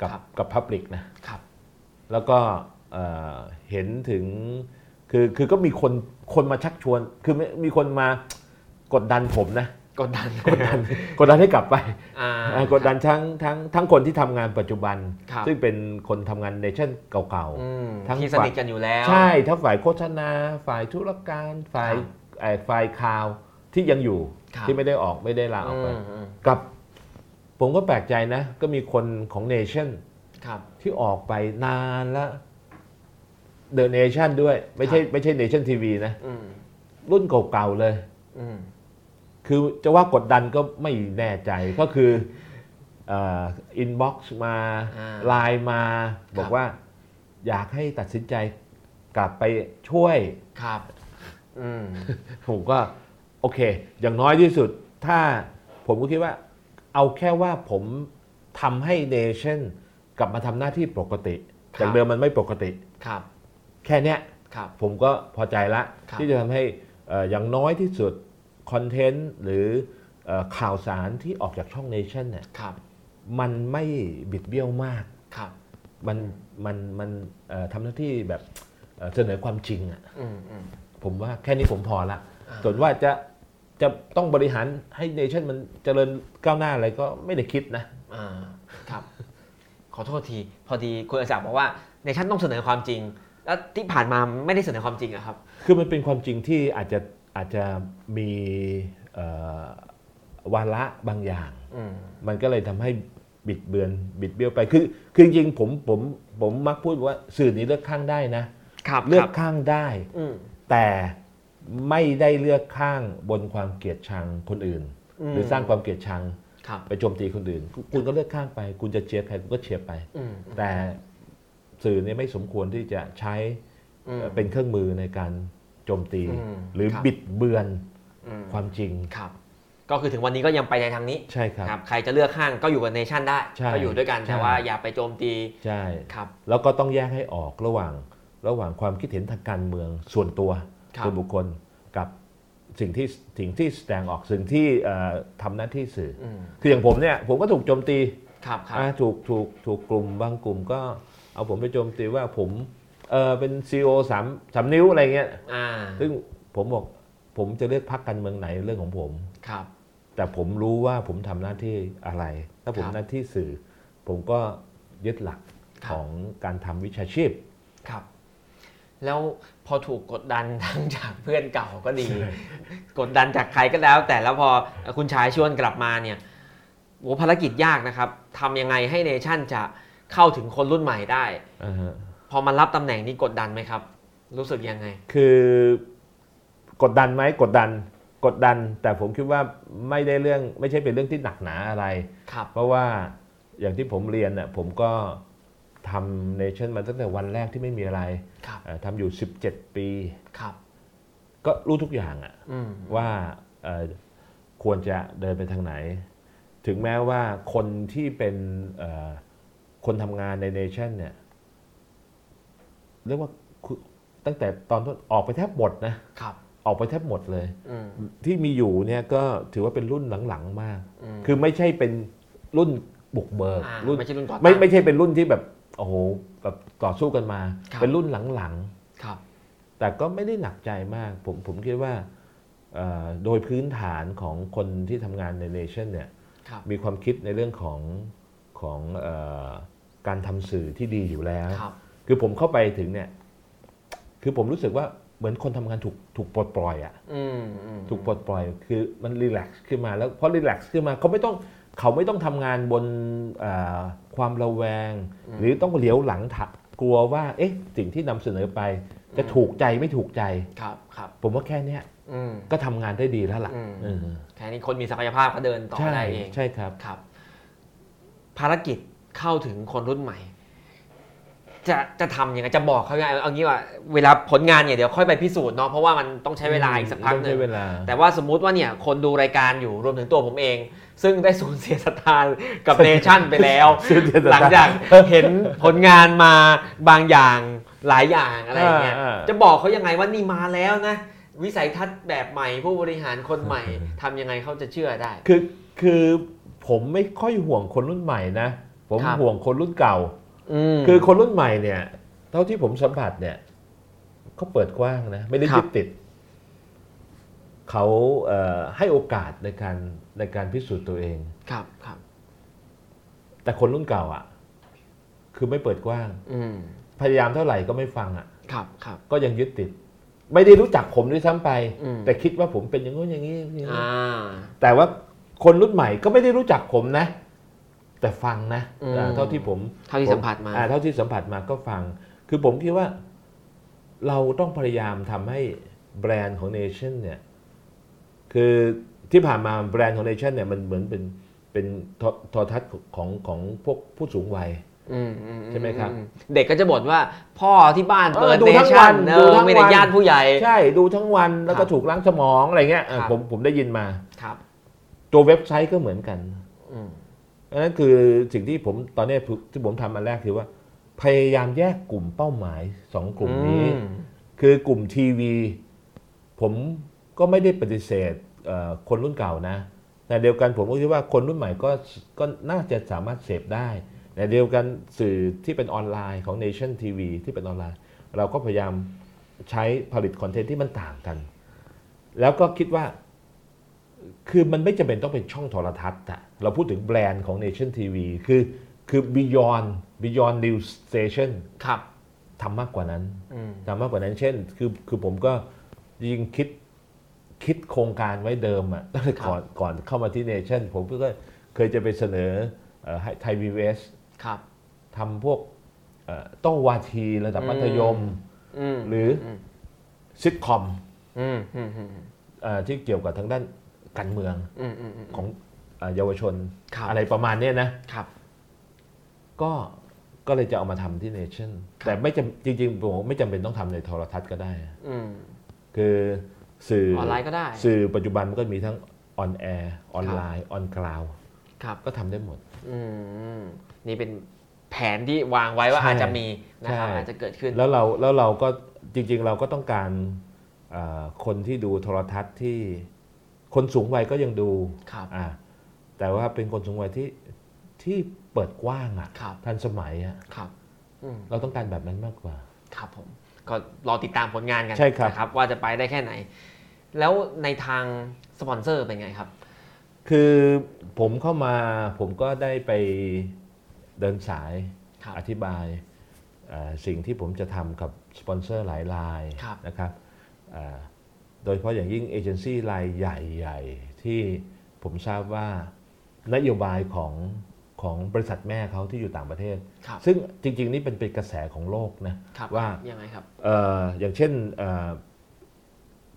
กับ
ครับ
กับพับลิกนะครับ แล้วก็เอ่อเห็นถึงคือคือก็มีคนคนมาชักชวน คือไม่มีคนมากดดันผมนะ
กดดัน
กดดันกดดันให้กลับไป
อ่า
อ่ากดดันทั้งทั้งทั้งคนที่ทำงานปัจจุบัน
ครับ
ซึ่งเป็นคนทำงานเนชั่นเก่า
อืม
ทั้ง
ที่สนิทกันอยู่แล้ว
ๆ ใช่ทั้งฝ่ายโฆษณา ฝ่ายธุรการ ฝ่าย
ครับ
เอ่อฝ่ายข่าวที่ยังอยู่
ครับ
ที่ไม่ได้ออกไม่ได้ลาออกไป
อืมอืม
กับ ผมก็แปลกใจนะ ก็มีคนของเนชั่น
ครับ
ที่ออกไปนานละเดอะเนชั่นด้วย ไม่ใช่ไม่ใช่เนชั่นทีวีนะ
อืม
รุ่นเก่าๆเลย
อืม
คือจะว่ากดดันก็ไม่แน่ใจก็คืออินบ็อกซ์มา
อ่า
ไลน์มา
ครับ
บอกว่าอยากให้ตัดสินใจกลับไปช่วย
ครับ อืม
ผมก็โอเค อย่างน้อยที่สุด ถ้าผมก็คิดว่า เอาแค่ว่าผมทำให้เนชั่นกลับมาทำหน้าที่ปกติ
ครับ
จากเดิมมันไม่ปกติ
ครับ
แค่เนี้ย
ครับ
ผมก็พอใจละ
ครับ
ที่จะทำให้เอ่ออย่างน้อยที่สุด คอนเทนต์หรือเอ่อข่าวสารที่ออกจากช่องเนชั่นเนี่ย
ครับ
มันไม่บิดเบี้ยวมาก
ครับ
มัน มัน มันเอ่อทำหน้าที่แบบเอ่อเสนอความจริงอะ
อืมอืม
ผมว่าแค่นี้ผมพอละ
อ่า
ส่วนว่าจะ จะต้องบริหารให้เนชั่นมันเจริญก้าวหน้าอะไรก็ไม่ได้คิดนะ
อ่า ครับ ขอโทษที พอดีคุณอาจารย์บอกว่าในชั้นต้องเสนอความจริง แล้วที่ผ่านมาไม่ได้เสนอความจริงอะครับ
คือมันเป็นความจริงที่อาจจะ อาจจะมีเอ่อวาระบางอย่าง
อืม
มันก็เลยทำให้บิดเบือน บิดเบี้ยวไป คือ คือจริงๆผม ผม ผมมักพูดว่าสื่อนี้เลือกข้างได้นะ
ครับ
เลื
ค
อ
รั
ก
บ
ข้างได้
อืม
แต่ไม่ได้เลือกข้างบนความเกลียดชังคนอื่น
อ ม
หรือสร้างความเกลียดชัง
ครับ
ไปโจมตีคนอื่น คุณก็เลือกข้างไป คุณจะเชียร์ใครคุณก็เชียร์ไป
อืม
แต่สื่อเนี่ยไม่สมควรที่จะใช้
อืม
เป็นเครื่องมือในการโจมตี
อืม
หรือ
ครับ
บิดเบือน
อืม
ความจริง
ครับ ก็คือถึงวันนี้ก็ยังไปในทางนี้
ใช่ครับ
ครับ ใครจะเลือกข้างก็อยู่กับเนชั่นได้
ใช่
ก็อยู่ด้วยกัน
ใช่
แต่ว่าอย่าไปโจมตี
ใช่
ครับ
แล้วก็ต้องแยกให้ออกระหว่างระหว่างความคิดเห็นทางการเมืองส่วนตัว
ครับ
ส่วนบุคคลกับสิ่งที่สิ่งที่แสดงออกสิ่งที่เอ่อทำหน้าที่สื่ออ
อืม
คืออย่างผมเนี่ยผมก็ถูกโจมตี
ครับครับ
อ่าถูกถูกถูกกลุ่มบางกลุ่มก็เอาผมไปโจมตีว่าผมเออเป็นซีอสามสามนิ้วอะไรเงี้ย
อ่า
ซึ่งผมบอกผมจะเลือกพักการเมืองไหนเรื่องของผม
ครับ
แต่ผมรู้ว่าผมทำหน้าที่อะไร ถ้าผม
ครับ
หน้าที่สื่อ ผมก็ยึดหลักของการทำวิชาชีพ
ครับ แล้วพอถูกกดดันทั้งจากเพื่อนเก่าก็ดี กดดันจากใครก็แล้ว แต่แล้วพอคุณชายชวนกลับมาเนี่ยโหภารกิจยากนะครับทำยังไงให้เนชั่นจะเข้าถึงคนรุ่นใหม่ได้
อ่าฮะ
พอมารับตำแหน่งนี้กดดันไหมครับ รู้สึกยังไง
คือกดดันไหมกดดันกดดัน แต่ผมคิดว่าไม่ได้เรื่องไม่ใช่เป็นเรื่องที่หนักหนาอะไร
ครับ
เพราะว่าอย่างที่ผมเรียนน่ะผมก็ทำเนชั่นมาตั้งแต่วันแรกที่ไม่มีอะไร
ครับ
เอ่อทำอยู่ 17 ปี
ครับ
ก็รู้ทุกอย่างอะ
อืม
ว่าเอ่อควรจะเดินไปทางไหน ถึงแม้ว่าคนที่เป็นเอ่อคนทำงานในเนชั่นเนี่ยเรียกว่าคือตั้งแต่ตอนต้นออกไปแทบหมดนะ
ครับ
ออกไปแทบหมดเลย
อืม
ที่มีอยู่เนี่ยก็ถือว่าเป็นรุ่นหลังๆมาก
อืม
คือไม่ใช่เป็นรุ่นบุกเบิก
อ่า
รุ่น
ไม่ใช่รุ่นก่อน
ไม่ไม่ใช่เป็นรุ่นที่แบบโอ้โหแบบต่อสู้กันมา
ครับ
เป็นรุ่นหลัง
ครับ
ๆ แต่ก็ไม่ได้หนักใจมาก ผมผมคิดว่าเอ่อโดยพื้นฐานของคนที่ทำงานในเนชั่นเนี่ย
ครับ
มีความคิดในเรื่องของของเออการทำสื่อที่ดีอยู่แล้ว
ครับ
คือผมเข้าไปถึงเนี่ยคือผมรู้สึกว่าเหมือนคนทำงานถูกถูกปลดปล่อยอะ
อืมอืม
ถูกปลดปล่อยคือมันรีแลกซ์ขึ้นมาแล้วพอรีแลกซ์ขึ้นมาเขาไม่ต้องเขาไม่ต้องทำงานบนเอ่อความระแวง หรือต้องเหลียวหลังถะกลัวว่าเอ๊ะสิ่งที่นำเสนอไป จะถูกใจไม่ถูกใจ
ครับ ครับ
ผมว่าแค่เนี้ย
อืม
ก็ทำงานได้ดีแล้วล่ะ
อืม
เออ
แค่นี้คนมีศักยภาพก็เดินต่อ
ใช่
ได้เอง
ใช่ครับ
ครับ ภารกิจเข้าถึงคนรุ่นใหม่ จะจะทำยังไงจะบอกเขายังไงเอางี้ว่าเวลาผลงานเนี่ยเดี๋ยวค่อยไปพิสูจน์เนาะเพราะว่ามันต้องใช้เวลาอีกสักพักหนึ่
ต้อง
ง
ใช้เวลา
แต่ว่าสมมุติว่าเนี่ยคนดูรายการอยู่รวมถึงตัวผมเอง ซึ่งได้สูญเสียศรัทธากับเนชั่นไปแล้ว
สูญเสียศรัท
ห
ธา
ลังจากเห็นผลงานมาบางอย่างหลายอย่างอะไรอย่างเงี้ย
อ่าอ่า
จะบอกเขายังไงว่านี่มาแล้วนะ วิสัยทัศน์แบบใหม่ผู้บริหารคนใหม่ทำยังไงเขาจะเชื่อได้
คือคือผมไม่ค่อยห่วงคนรุ่นใหม่นะ ผม
ครับ
ห่วงคนรุ่นเก่า
ม
คือคนรุ่นใหม่เนี่ย เท่าที่ผมสัมผัสเนี่ยเขาเปิดกว้างนะ ไม่ได้
ครับ
ยึดติด เขาเอ่อให้โอกาสในการในการพิสูจน์ตัวเอง
ครับครับ
แต่คนรุ่นเก่าอ่ะ คือไม่เปิดกว้าง
อืม
พยายามเท่าไหร่ก็ไม่ฟังอ่ะ
ครับครับ
ก็ยังยึดติด ไม่ได้รู้จักผมด้วยซ้ำไป
อืม
แต่คิดว่าผมเป็นอย่างงู้นอย่างนี้อย่างงี้
อ่า
แต่ว่าคนรุ่นใหม่ก็ไม่ได้รู้จักผมนะ แต่ฟังนะอ่าเท่าที่ผม
เท่าที่สัมผัสมา
อ่เท่าที่สัมผัสมาก็ฟัง คือผมคิดว่าเราต้องพยายามทำให้แบรนด์ของเนชั่นเนี่ย คือที่ผ่านมาแบรนด์ของเนชั่นเนี่ยมันเหมือนเป็นเป็นโทโทรทัศน์ของของพวกผู้สูงวัย
อืมอือื
ใช่ไหมครับ
อืเด็กก็จะบ่นว่า พ่อที่บ้าน
เออ
เปิด
ดู
เน
ทั้งวั
ชั่น
น
เอ
ดู
อ
ทั้ง
ไม่ได้
วัน
ญาติผู้ใหญ่
ใช่ดูทั้งวันแล้ว
ค
ก็
รับ
ถูกล้างสมองอะไรเงี้ยเออ
ครับ
ผมผมได้ยินมา
ครับ
ตัวเว็บไซต์ก็เหมือนกัน
อืม
อันนั้นคือสิ่งที่ผมตอนเนี้ยที่ผมทำอันแรกคือว่า พยายามแยกกลุ่มเป้าหมายสองกลุ่มนี้
อืม
คือกลุ่มทีวีผมก็ไม่ได้ปฏิเสธเอ่อคนรุ่นเก่านะแต่เดียวกันผมก็คิดว่าคนรุ่นใหม่ก็ก็น่าจะสามารถเสพได้แต่เดียวกันสื่อที่เป็นออนไลน์ของ Nation TV ที่เป็นออนไลน์ เราก็พยายามใช้ผลิตคอนเทนต์ที่มันต่างกัน แล้วก็คิดว่าคือมันไม่จำเป็นต้องเป็นช่องโทรทัศน์อะเราพูดถึงแบรนด์ของ Nation TV คือคือ Beyond Beyond News Station
ครับ
ทำมากกว่านั้น
อืม
ทำมากกว่านั้นเช่น คือคือผมก็จริงๆคิดคิดโครงการไว้เดิมอะตั้ งแต่ก่อนก่อนเข้ามาที่เนชั่นผมก็เคยจะไปเสนอเอ่อให้ไทยวีเอส
ครับ
ทำพวกเอ่อโต้องวาทีระดับ
อืม
มัธยม
อืม
หรือ
ม
ซิทคอม
อืมอืมอืม
เอ่อที่เกี่ยวกับทางด้าน การเมือง
อืมอืมอืม
ของเอ่อเยาวชน
ครับ
อะไรประมาณเนี้ยนะ
ครับ
ก็ก็เลยจะเอามาทำที่เนชั่น
ครับ
แต่ไม่จำจริงๆผมไม่จำเป็นต้องทำในโทรทัศน์ก็ได้
อืม
คือสื่อ
ออนไลน์ก็ได้
สื่อปัจจุบันมันก็มีทั้งออนแอร์ออนไลน์ออนกลาว
ครับ
ก็ทำได้หมด
อืมนี่เป็นแผนที่วางไว้ว่า
ใช่
อาจจะมีนะครับ
ใช่
อาจจะเกิดขึ้น
แล้วเราแล้วเราก็จริง ๆ เราก็ต้องการเอ่อคนที่ดูโทรทัศน์ที่คนสูงวัยก็ยังดู
ครับ
อ่าแต่ว่าเป็นคนสูงวัยที่ที่เปิดกว้างอะ
ครับ
ทันสมัยอะ
ครับ อืม
เราต้องการแบบนั้นมากกว่า
ครับผมก็รอติดตามผลงานกัน
ใช่ครับ
นะว่าจะไปได้แค่ไหน แล้วในทางสปอนเซอร์เป็นไงครับ
คือผมเข้ามาผมก็ได้ไปเดินสาย
ครับ
อธิบายเอ่อสิ่งที่ผมจะทำกับสปอนเซอร์หลายราย
ครับ
นะครับเอ่อโดยเฉพาะอย่างยิ่งเอเจนซี่รายใหญ่ๆ ที่ผมทราบว่านโยบายของของบริษัทแม่เขาที่อยู่ต่างประเทศ
ครับ
ซึ่งจริงๆ นี่เป็นเป็นกระแสของโลกนะครับว่า
ยังไงครับ
เอ่ออย่างเช่นเอ่อ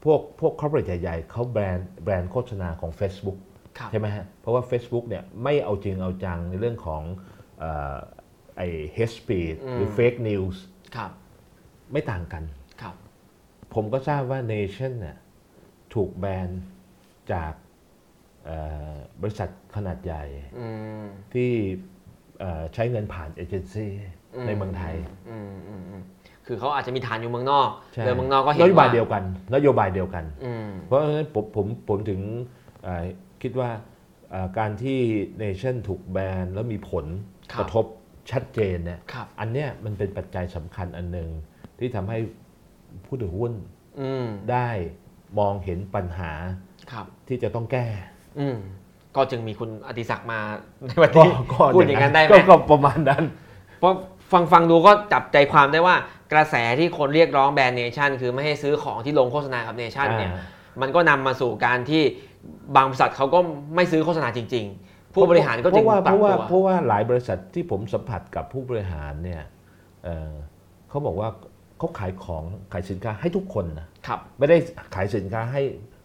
พวกพวกคอร์ปอเรทใหญ่ๆเขาแบรนด์แบรนด์โฆษณาของ Facebook
ครับ
ใช่ไหมฮะ เพราะว่า Facebook เนี่ยไม่เอาจริงเอาจังในเรื่องของเอ่อไอ้ hate speech หรือ
ม
fake news
ครับ
ไม่ต่างกัน
ครับ
ผมก็ทราบว่า Nation เนี่ยถูกแบนจากเอ่อบริษัทขนาดใหญ่
อืม
ที่เอ่อใช้เงินผ่านเอเจนซี่
อืม
ในเมืองไทย
อืมอืมอืมคือเขาอาจจะมีฐานอยู่เมืองนอก
ใช่
เดินเมืองนอกก็เห็น
นโยบาย
ว่
เดียวกัน นโยบายเดียวกัน
อืม
เพราะฉะนั้นผมผมผมถึงเอ่อคิดว่าเอ่อการที่เนชั่นถูกแบนแล้วมีผล
ครับ
กระทบชัดเจนเนี่ย
ครับ
อันเนี้ยมันเป็นปัจจัยสำคัญอันหนึ่งที่ทำให้ผู้ถือหุ้น
อืม
ได้มองเห็นปัญหา
ครับ
ที่จะต้องแก้
อืม ก็จึงมีคุณอดิศักดิ์มาในวันนี้พูดอย่างนั้นได้ไหม
ก็ก็ประมาณนั้น
เพราะฟังฟังดูก็จับใจความได้ว่ากระแสที่คนเรียกร้องแบรนด์เนชั่นคือไม่ให้ซื้อของที่ลงโฆษณากับเนชั่นเนี่ย
อ่า
มันก็นำมาสู่การที่บางบริษัทเขาก็ไม่ซื้อโฆษณาจริง ๆ ผู้บริหารก็
เพ
จึง
ราะว่า
ป
เพ
รับ
ราะว่า
ตัว
เพราะว่าหลายบริษัทที่ผมสัมผัสกับผู้บริหารเนี่ยเอ่อเขาบอกว่าเขาขายของขายสินค้าให้ทุกคนนะครับ ไม่ได้ขายสินค้าให้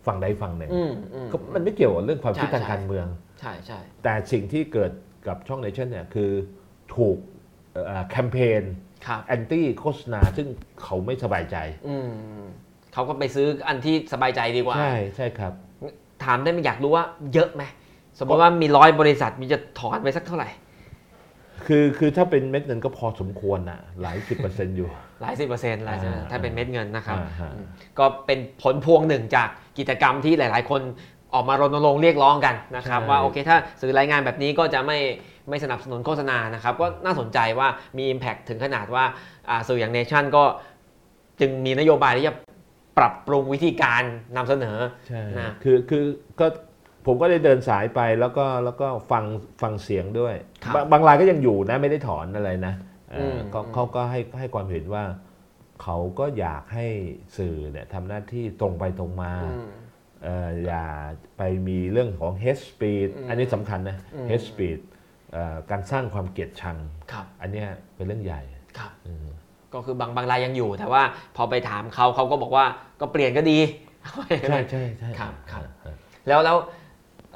ฝั่งใดฝั่งหนึ่ง
อืมอืม
ก็มันไม่เกี่ยวกับเรื่องความคิด
ใช่
ทาง
ใช่
การเมือง
ใช่ใช่
แต่สิ่งที่เกิดกับช่องเนชั่นเนี่ยคือถูกเอ่อแคมเปญ
ครับ
แอนตี้โฆษณาซึ่งเขาไม่สบายใจ
อืมเขาก็ไปซื้ออันที่สบายใจดีกว่า
ใช่ใช่ครับ
ถามได้ไหมอยากรู้ว่าเยอะไหมสมมติว่ามีร้อยบริษัทมีจะถอนไปสักเท่าไหร่
คือคือถ้าเป็นเม็ดเงินก็พอสมควรนะหลายสิบเปอร์เซ็นต์อยู่
หลายสิบเปอร์เซ็นต์หลายสิบเปอร์เซ็นต์
อ่า
ถ้าเป็นเม็ดเงินนะครับ
อ่าฮะ
อืมก็เป็นผลพวงหนึ่งจากกิจกรรมที่หลาย ๆ คนออกมารณรงค์เรียกร้องกันนะครับว่าโอเคถ้าสื่อรายงานแบบนี้ก็จะไม่ไม่สนับสนุนโฆษณานะครับก็น่าสนใจว่ามี Impact ถึงขนาดว่าอ่าสื่ออย่างเนชั่นก็จึงมีนโยบายที่จะปรับปรุงวิธีการนำเสนอ
ใช่
นะ
คือคือก็ผมก็ได้เดินสายไปแล้วก็แล้วก็ฟังฟังเสียงด้วย
ครับ
บางบางรายก็ยังอยู่นะไม่ได้ถอนอะไรนะเอ่ออ
ม
เขา
อืม
เขาก็ให้ให้ความเห็นว่า เขาก็อยากให้สื่อเนี่ยทำหน้าที่ตรงไปตรงมา
อืม
เอ่ออย่าไปมีเรื่องของ hate speed
อืม
อันนี้สำคัญนะ
อืม
hate speed เอ่อการสร้างความเกลียดชัง
ครับ
อันเนี้ยเป็นเรื่องใหญ่
ครับ
อืม
ก็คือบางบางรายยังอยู่ แต่ว่าพอไปถามเขาเขาก็บอกว่าก็เปลี่ยนก็ดี
ใช่ใช่ใช่
ครับครับ
อ่า
แล้วแล้ว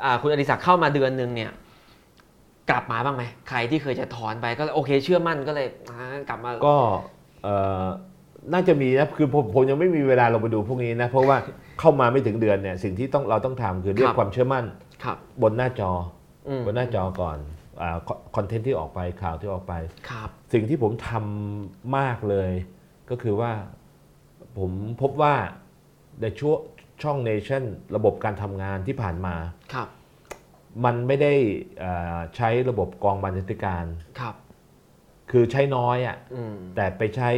อ่าคุณอดิศักดิ์เข้ามาเดือนหนึ่งเนี่ย กลับมาบ้างไหมใครที่เคยจะถอนไปก็โอเคเชื่อมั่นก็เลยอ่ากลับมา
ก็เอ่อน่าจะมีนะคือผมผมยังไม่มีเวลาลงไปดูพวกนี้นะ เพราะว่าเข้ามาไม่ถึงเดือนเนี่ยสิ่งที่ต้องเราต้องทำคือเรีย
ครั
ก
บ
ความเชื่อมั่น
ครับ
บนหน้าจอ
อืม
บนหน้าจอก่อนคอนเทนต์ที่ออกไปข่าวที่ออกไป
ครับ
สิ่งที่ผมทำมากเลย ก็คือว่าผมพบว่าในช่วงช่องเนชั่นระบบการทำงานที่ผ่านมา
ครับ
มันไม่ได้เอ่อใช้ระบบกองบรรณาธิการ
ครับ
คือใช้น้อยอะ่ะ
อืม
แต่ไปใช้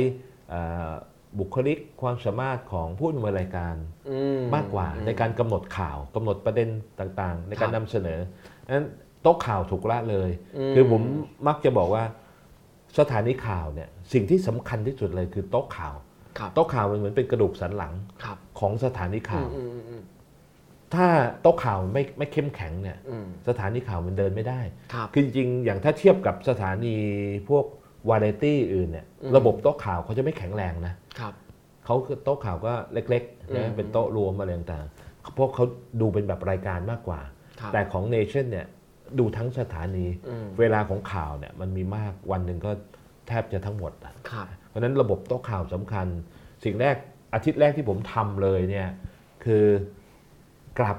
เอ่อบุคลิกความสามารถของผู้ดำเนินรายการ
อื
มากกว่า
อื
ในการกำหนดข่าวกำหนดประเด็นต่างๆ ในการ
ครับ
นำเสนอนั้นโต๊ะข่าวถูกละเลย
ม
คือผมมักจะบอกว่าสถานีข่าวเนี่ยสิ่งที่สำคัญที่สุดเลยคือโต๊ะข่าว
ครับ
โต๊ะข่าวมันเหมือนเป็นกระดูกสันหลัง
ครับ
ของสถานีข่าว
อืมอืมอืม
ถ้าโต๊ะข่าวไม่ไม่เข้มแข็งเนี่ย
อืม
สถานีข่าวมันเดินไม่ได้
ครับ
คือจริงๆอย่างถ้าเทียบกับสถานีพวกวาไรตี้อื่นเนี่ย
อืม
ระบบโต๊ะข่าวเขาจะไม่แข็งแรงนะครับ เขาคือโต๊ะข่าวก็เล็กๆ
อืม
นะเป็นโต๊ะรวมอะไรต่างๆ พวกเขาดูเป็นแบบรายการมากกว่า
ครับ
แต่ของเนชั่นเนี่ยดูทั้งสถานี
อืม
เวลาของข่าวเนี่ยมันมีมากวันหนึ่งก็แทบจะทั้งหมดอะ
ครับ
เพราะฉะนั้นระบบโต๊ะข่าวสำคัญ สิ่งแรกอาทิตย์แรกที่ผมทำเลยเนี่ยคือกลับ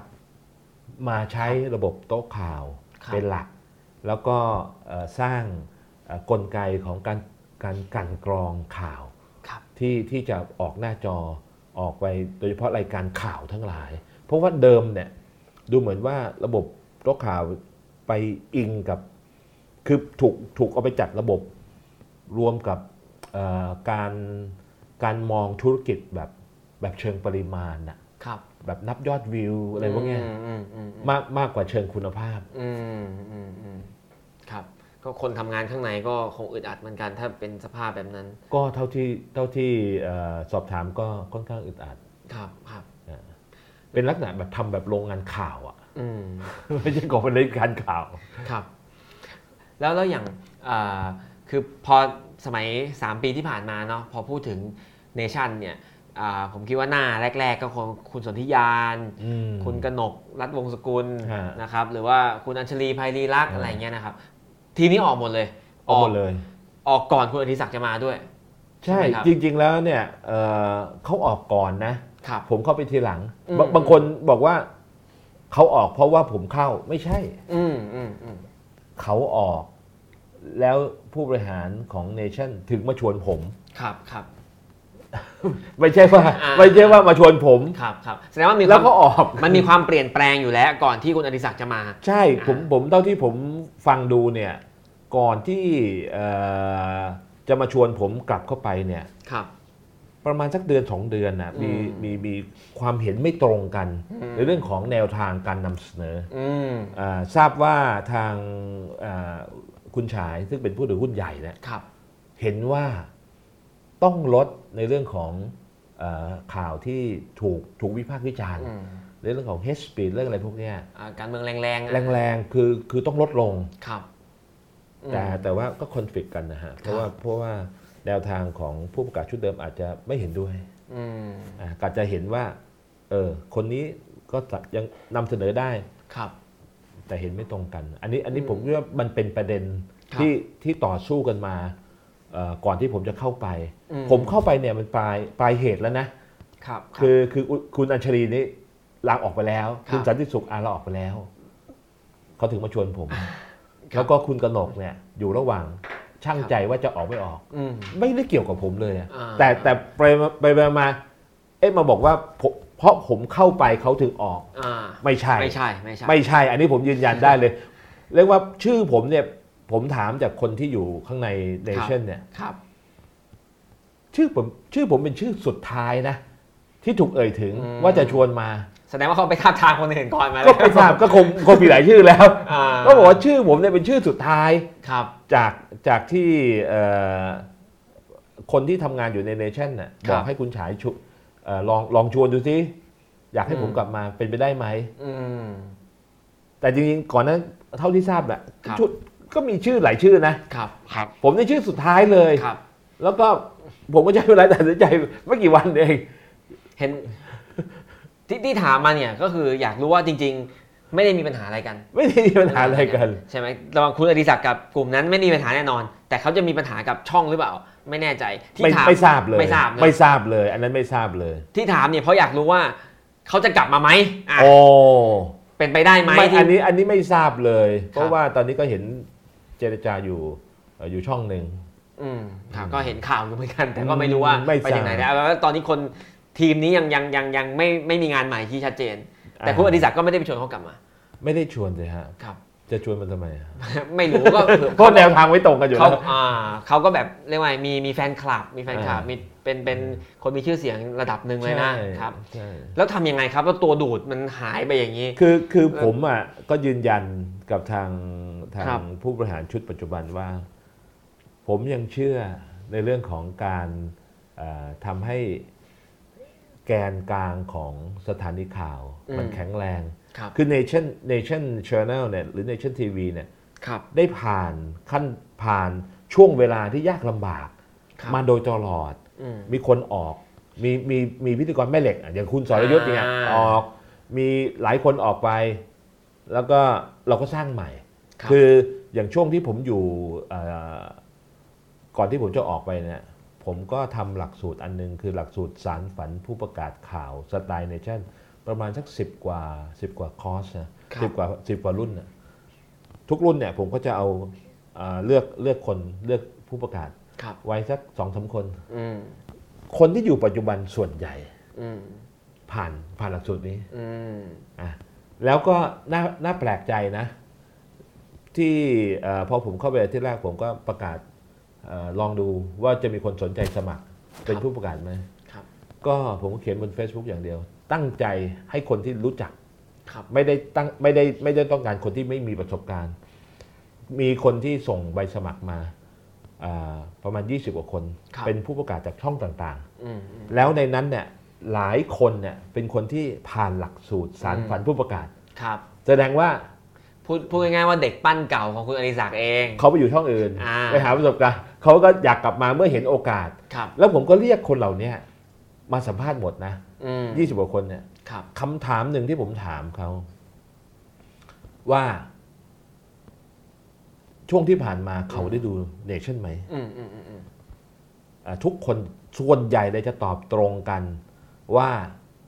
มาใช้ระบบโต๊ะข่าว
ครับ
เป็นหลัก แล้วก็เอ่อสร้างเอ่อกลไกของการการกลันกรองข่าว
ครับ
ที่ที่จะออกหน้าจอออกไปโดยเฉพาะรายการข่าวทั้งหลาย เพราะว่าเดิมเนี่ยดูเหมือนว่าระบบโต๊ะข่าวไปอิงกับคือถูกถูกเอาไปจัดระบบรวมกับ เอ่อการการมองธุรกิจแบบแบบเชิงปริมาณอะ
ครับ
แบบนับยอดวิวอะไรพวกเนี้ย
อืมอืม
มากมากกว่าเชิงคุณภาพ
อืมอืมอืมครับ ก็คนทำงานข้างในก็คงอึดอัดเหมือนกันถ้าเป็นสภาพแบบนั้น
ก็เท่าที่เท่าที่เอ่อสอบถามก็ค่อนข้างอึดอัด
ครับครับ
เป็นลักษณะแบบทำแบบโรงงานข่าวอะ
อืม
ไม่ใช่ของรายการข่าว
ครับ แล้วแล้วอย่างอ่าคือพอสมัย 3 ปีที่ผ่านมาเนาะพอพูดถึงเนชั่นเนี่ยอ่าผมคิดว่าหน้าแรก ๆ ก็คงคุณสนธิยาน คุณกนกรัฐวงศ์สกุล
ฮะ
นะครับ หรือว่าคุณอัญชลีภัยรีรักษ์
ฮะ
อะไรอย่างเงี้ยนะครับ ทีมนี้ออกหมดเลย
เอาหมดเลย
ออกก่อนคุณอธิศักดิ์จะมาด้วย
ใช่
ใช่ไหมครับ
จริง ๆแล้วเนี่ยเอ่อเขาออกก่อนนะ
ครับ
ผมเข้าไปทีหลัง
อืม
บางบางคนบอกว่าเขาออกเพราะว่าผมเข้าไม่ใช่
อืมอืมอืม
เขาออกแล้วผู้บริหารของเนชั่นถึงมาชวนผม
ครับครับ
ไม่ใช่ว่า
อ่า
ไม่ใช่ว่ามาชวนผม
ครับครับแสดงว่ามี
แล้ว
คาว ม
ก็ออก
มันมีความเปลี่ยนแปลงอยู่แล้วก่อนที่คุณอธิศักดิ์จะมา
ใช่ผมผมเท่าที่ผมฟังดูเนี่ย ก่อนที่เอ่อจะมาชวนผมกลับเข้าไปเนี่ย
ครับ
ประมาณสักเดือนสองเดือนนะมี
อืม
มีมีความเห็นไม่ตรงกัน
อืม
ในเรื่องของแนวทางการนำเสนอ
อืม
อาทราบว่าทางอ่าคุณชายซึ่งเป็นผู้ถือหุ้นใหญ่เนี่ย
ครับ
เห็นว่าต้องลดในเรื่องของเออข่าวที่ถูกถูกวิพากษ์วิจารณ์
อืม
ในเรื่องของ hate speech เรื่องอะไรพวกเนี้ย
อ่าการเมืองแรงๆอะ
แรงๆคือคือต้องลดลง
ครับอืม
แต่แต่ว่าก็คอนฟ lict กันนะฮะ เพราะว่าเพราะว่าแนวทางของผู้ประกาศชุดเดิมอาจจะไม่เห็นด้วย
อืม
อ่ะอาจจะเห็นว่าเออคนนี้ก็ยังนำเสนอได้
ครับ
แต่เห็นไม่ตรงกัน อันนี้อันนี้
อืม
ผมคิดว่ามันเป็นประเด็น
ครับ
ที่ที่ต่อสู้กันมาเอ่อก่อนที่ผมจะเข้าไป
อืม
ผมเข้าไปเนี่ยมันปลายปลายเหตุแล้วนะ
ครับรับ
คือคือคุณคุณอัญชลีนี่ลาออกไปแล้ว
ครับ
คุณสันติสุขอาลาออกไปแล้ว เขาถึงมาชวนผม
ครับ
แล้วก็คุณกนกเนี่ยอยู่ระหว่างช่าง
ครับ
ใจว่าจะออกไม่ออก
อืม
ไม่ได้เกี่ยวกับผมเลยอะ
อ่า
แต่แต่ไปมาไปมามาเอ๊ะมาบอกว่าผมเพราะผมเข้าไปเขาถึงออก
อ่า
ไม่ใช่
ไม่ใช่ไม่ใช่
ไม่ใช่ อันนี้ผมยืนยันได้เลย เรียกว่าชื่อผมเนี่ย ผมถามจากคนที่อยู่ข้างใน
ค
เน
รับ
ชั่นเนี่ย
ครับ
ชื่อผมชื่อผมเป็นชื่อสุดท้ายนะ ที่ถูกเอ่ยถึง
อืม
ว่าจะชวนมา
แสดงว่าเขาไปทาบทางคนอื่นก่อนมา
ก็ไม่ทราบก็คงคงมีหลายชื่อแล้ว
อ่า
ก็บอกว่าชื่อผมเนี่ยเป็นชื่อสุดท้าย
ครับ
จากจากที่เอ่อคนที่ทำงานอยู่ในเนชั่นน่ะ
ครับ บอก
ให้คุณฉายชุเอ่อลองลองชวนดูสิอยากให้
อืม
ผมกลับมาเป็นไปได้ไหม
อืม
แต่จริงๆก่อนนั้นเท่าที่ทราบแหละ
ครับ
ชุดก็มีชื่อหลายชื่อนะ
ครับครับ
ผมในชื่อสุดท้ายเลย
ครับ
แล้วก็ผมก็ใช้เวลาตัดสินใจไม่กี่วันเอง
เห็นที่ที่ถามมาเนี่ยก็คืออยากรู้ว่าจริง ๆ ไม่ได้มีปัญหาอะไรกัน
ไม่ได้มีปัญหาอะไรกัน
ใช่ไหมระหว่างคุณอดิศักดิ์กับกลุ่มนั้นไม่มีปัญหาแน่นอน แต่เขาจะมีปัญหากับช่องหรือเปล่า ไม่แน่ใจที่
ไม่
ถาม
ไม่ทราบเลย
ไม่ทราบนะ
ไม่ทราบเลย อันนั้นไม่ทราบเลย
ที่ถามเนี่ยเพราะอยากรู้ว่าเขาจะกลับมาไหมอ่ะ
โอ้
เป็นไปได้ไหม
ไม่
ที่
อันนี้อันนี้ไม่ทราบเลย
ครับ
เพราะว่าตอนนี้ก็เห็นเจรจาอยู่เอ่ออยู่ช่องหนึ่ง
อืมครับก็เห็นข่าวอยู่เหมือนกันแต่ก็ไม่รู้ว่า
ไม่
ไป
ทราบ
ถึงไหนแล้วแล้วตอนนี้คนทีมนี้ยังยังยังยังไม่ไม่มีงานใหม่ที่ชัดเจน แต่คุณอดิศักดิ์ก็ไม่ได้ไปชวนเขากลับมา
ไม่ได้ชวนเลยฮะ
ครับ
จะชวนมันทำไมฮะ
ไม่รู้ ก็เผื่อ
เพราะแนวทางไม่ตรงกันอยู่
เขา
แล้ว
อ่าเขาก็แบบเรียกว่าไงมีมีแฟนคลับ มีแฟนคลับ
อ่ามี
มีเป็นเป็นคนมีชื่อเสียงระดับหนึ่งเลยนะ
ใช่
ครับ
ใช่
แล้วทำยังไงครับแล้วตัวดูดมันหายไปอย่างนี้
คือคือผมอ่ะก็ยืนยันกับทางทา
ครั
ง
บ
ผู้บริหารชุดปัจจุบันว่า ผมยังเชื่อในเรื่องของการเอ่อทำให้แกนกลางของสถานีข่าว มันแข็งแรง
ครับ
คือ Nation Nation Channel เนี่ยหรือ Nation TV เนี่ย
ครับ
ได้ผ่านขั้นผ่านช่วงเวลาที่ยากลำบาก
ครับ
มาโดยตลอด
อืม
มีคนออก มีมีมีพิธีกรแม่เหล็กอ่ะอย่างคุณสรยุทธ์เนี่ย
อ่า
ออก มีหลายคนออกไป แล้วก็เราก็สร้างใหม่
ครับ
คืออย่างช่วงที่ผมอยู่เอ่อก่อนที่ผมจะออกไปเนี่ยผมก็ทำหลักสูตรอันหนึง คือหลักสูตรสารฝันผู้ประกาศข่าวสไตล์เนชั่นประมาณสักสิบกว่าสิบกว่าคอร์สนะครับ สิบกว่าสิบกว่ารุ่นนะทุกรุ่นเนี่ยผมก็จะเอาเอ่อเลือกเลือกคนเลือกผู้ประกาศ
ครับ
ไว้สักสองสามคน
อืม
คนที่อยู่ปัจจุบันส่วนใหญ่
อืม
ผ่านผ่านหลักสูตรนี้
อืม
อ่ะแล้วก็น่าน่าแปลกใจนะ ที่เออพอผมเข้าไปที่แรกผมก็ประกาศเออลองดูว่าจะมีคนสนใจสมัครเป็นผู้ประกาศไหม
ครับ
ก็ผมก็เขียนบน Facebook อย่างเดียว ตั้งใจให้คนที่รู้จัก
ครับ
ไม่ได้ตั้งไม่ได้ไม่ได้ต้องการคนที่ไม่มีประสบการณ์ มีคนที่ส่งใบสมัครมาอ่าประมาณ 20กว่าคน
ครับ
เป็นผู้ประกาศจากช่องต่าง
อืมอืม
ๆ แล้วในนั้นเนี่ยหลายคนเนี่ยเป็นคนที่ผ่านหลักสูตรสาร
อืม
ฝันผู้ประกาศ
ครับ
แสดงว่า
พูดพูดง่ายๆว่าเด็กปั้นเก่าของคุณอริศักดิ์เอง
เขาไปอยู่ช่องอื่น
อ่า
ไปหาประสบการณ์เขาก็อยากกลับมาเมื่อเห็นโอกาส
ครับ
แล้วผมก็เรียกคนเหล่าเนี้ยมาสัมภาษณ์หมดนะ
อืม
20กว่าคนเนี่ย
ครับ
คำถามหนึ่งที่ผมถามเขา ว่า ช่วงที่ผ่านมาเขาได้ดูเนชั่นไหม
อืมอืมอืมอืม
อ่าทุกคนส่วนใหญ่เลยจะตอบตรงกัน ว่า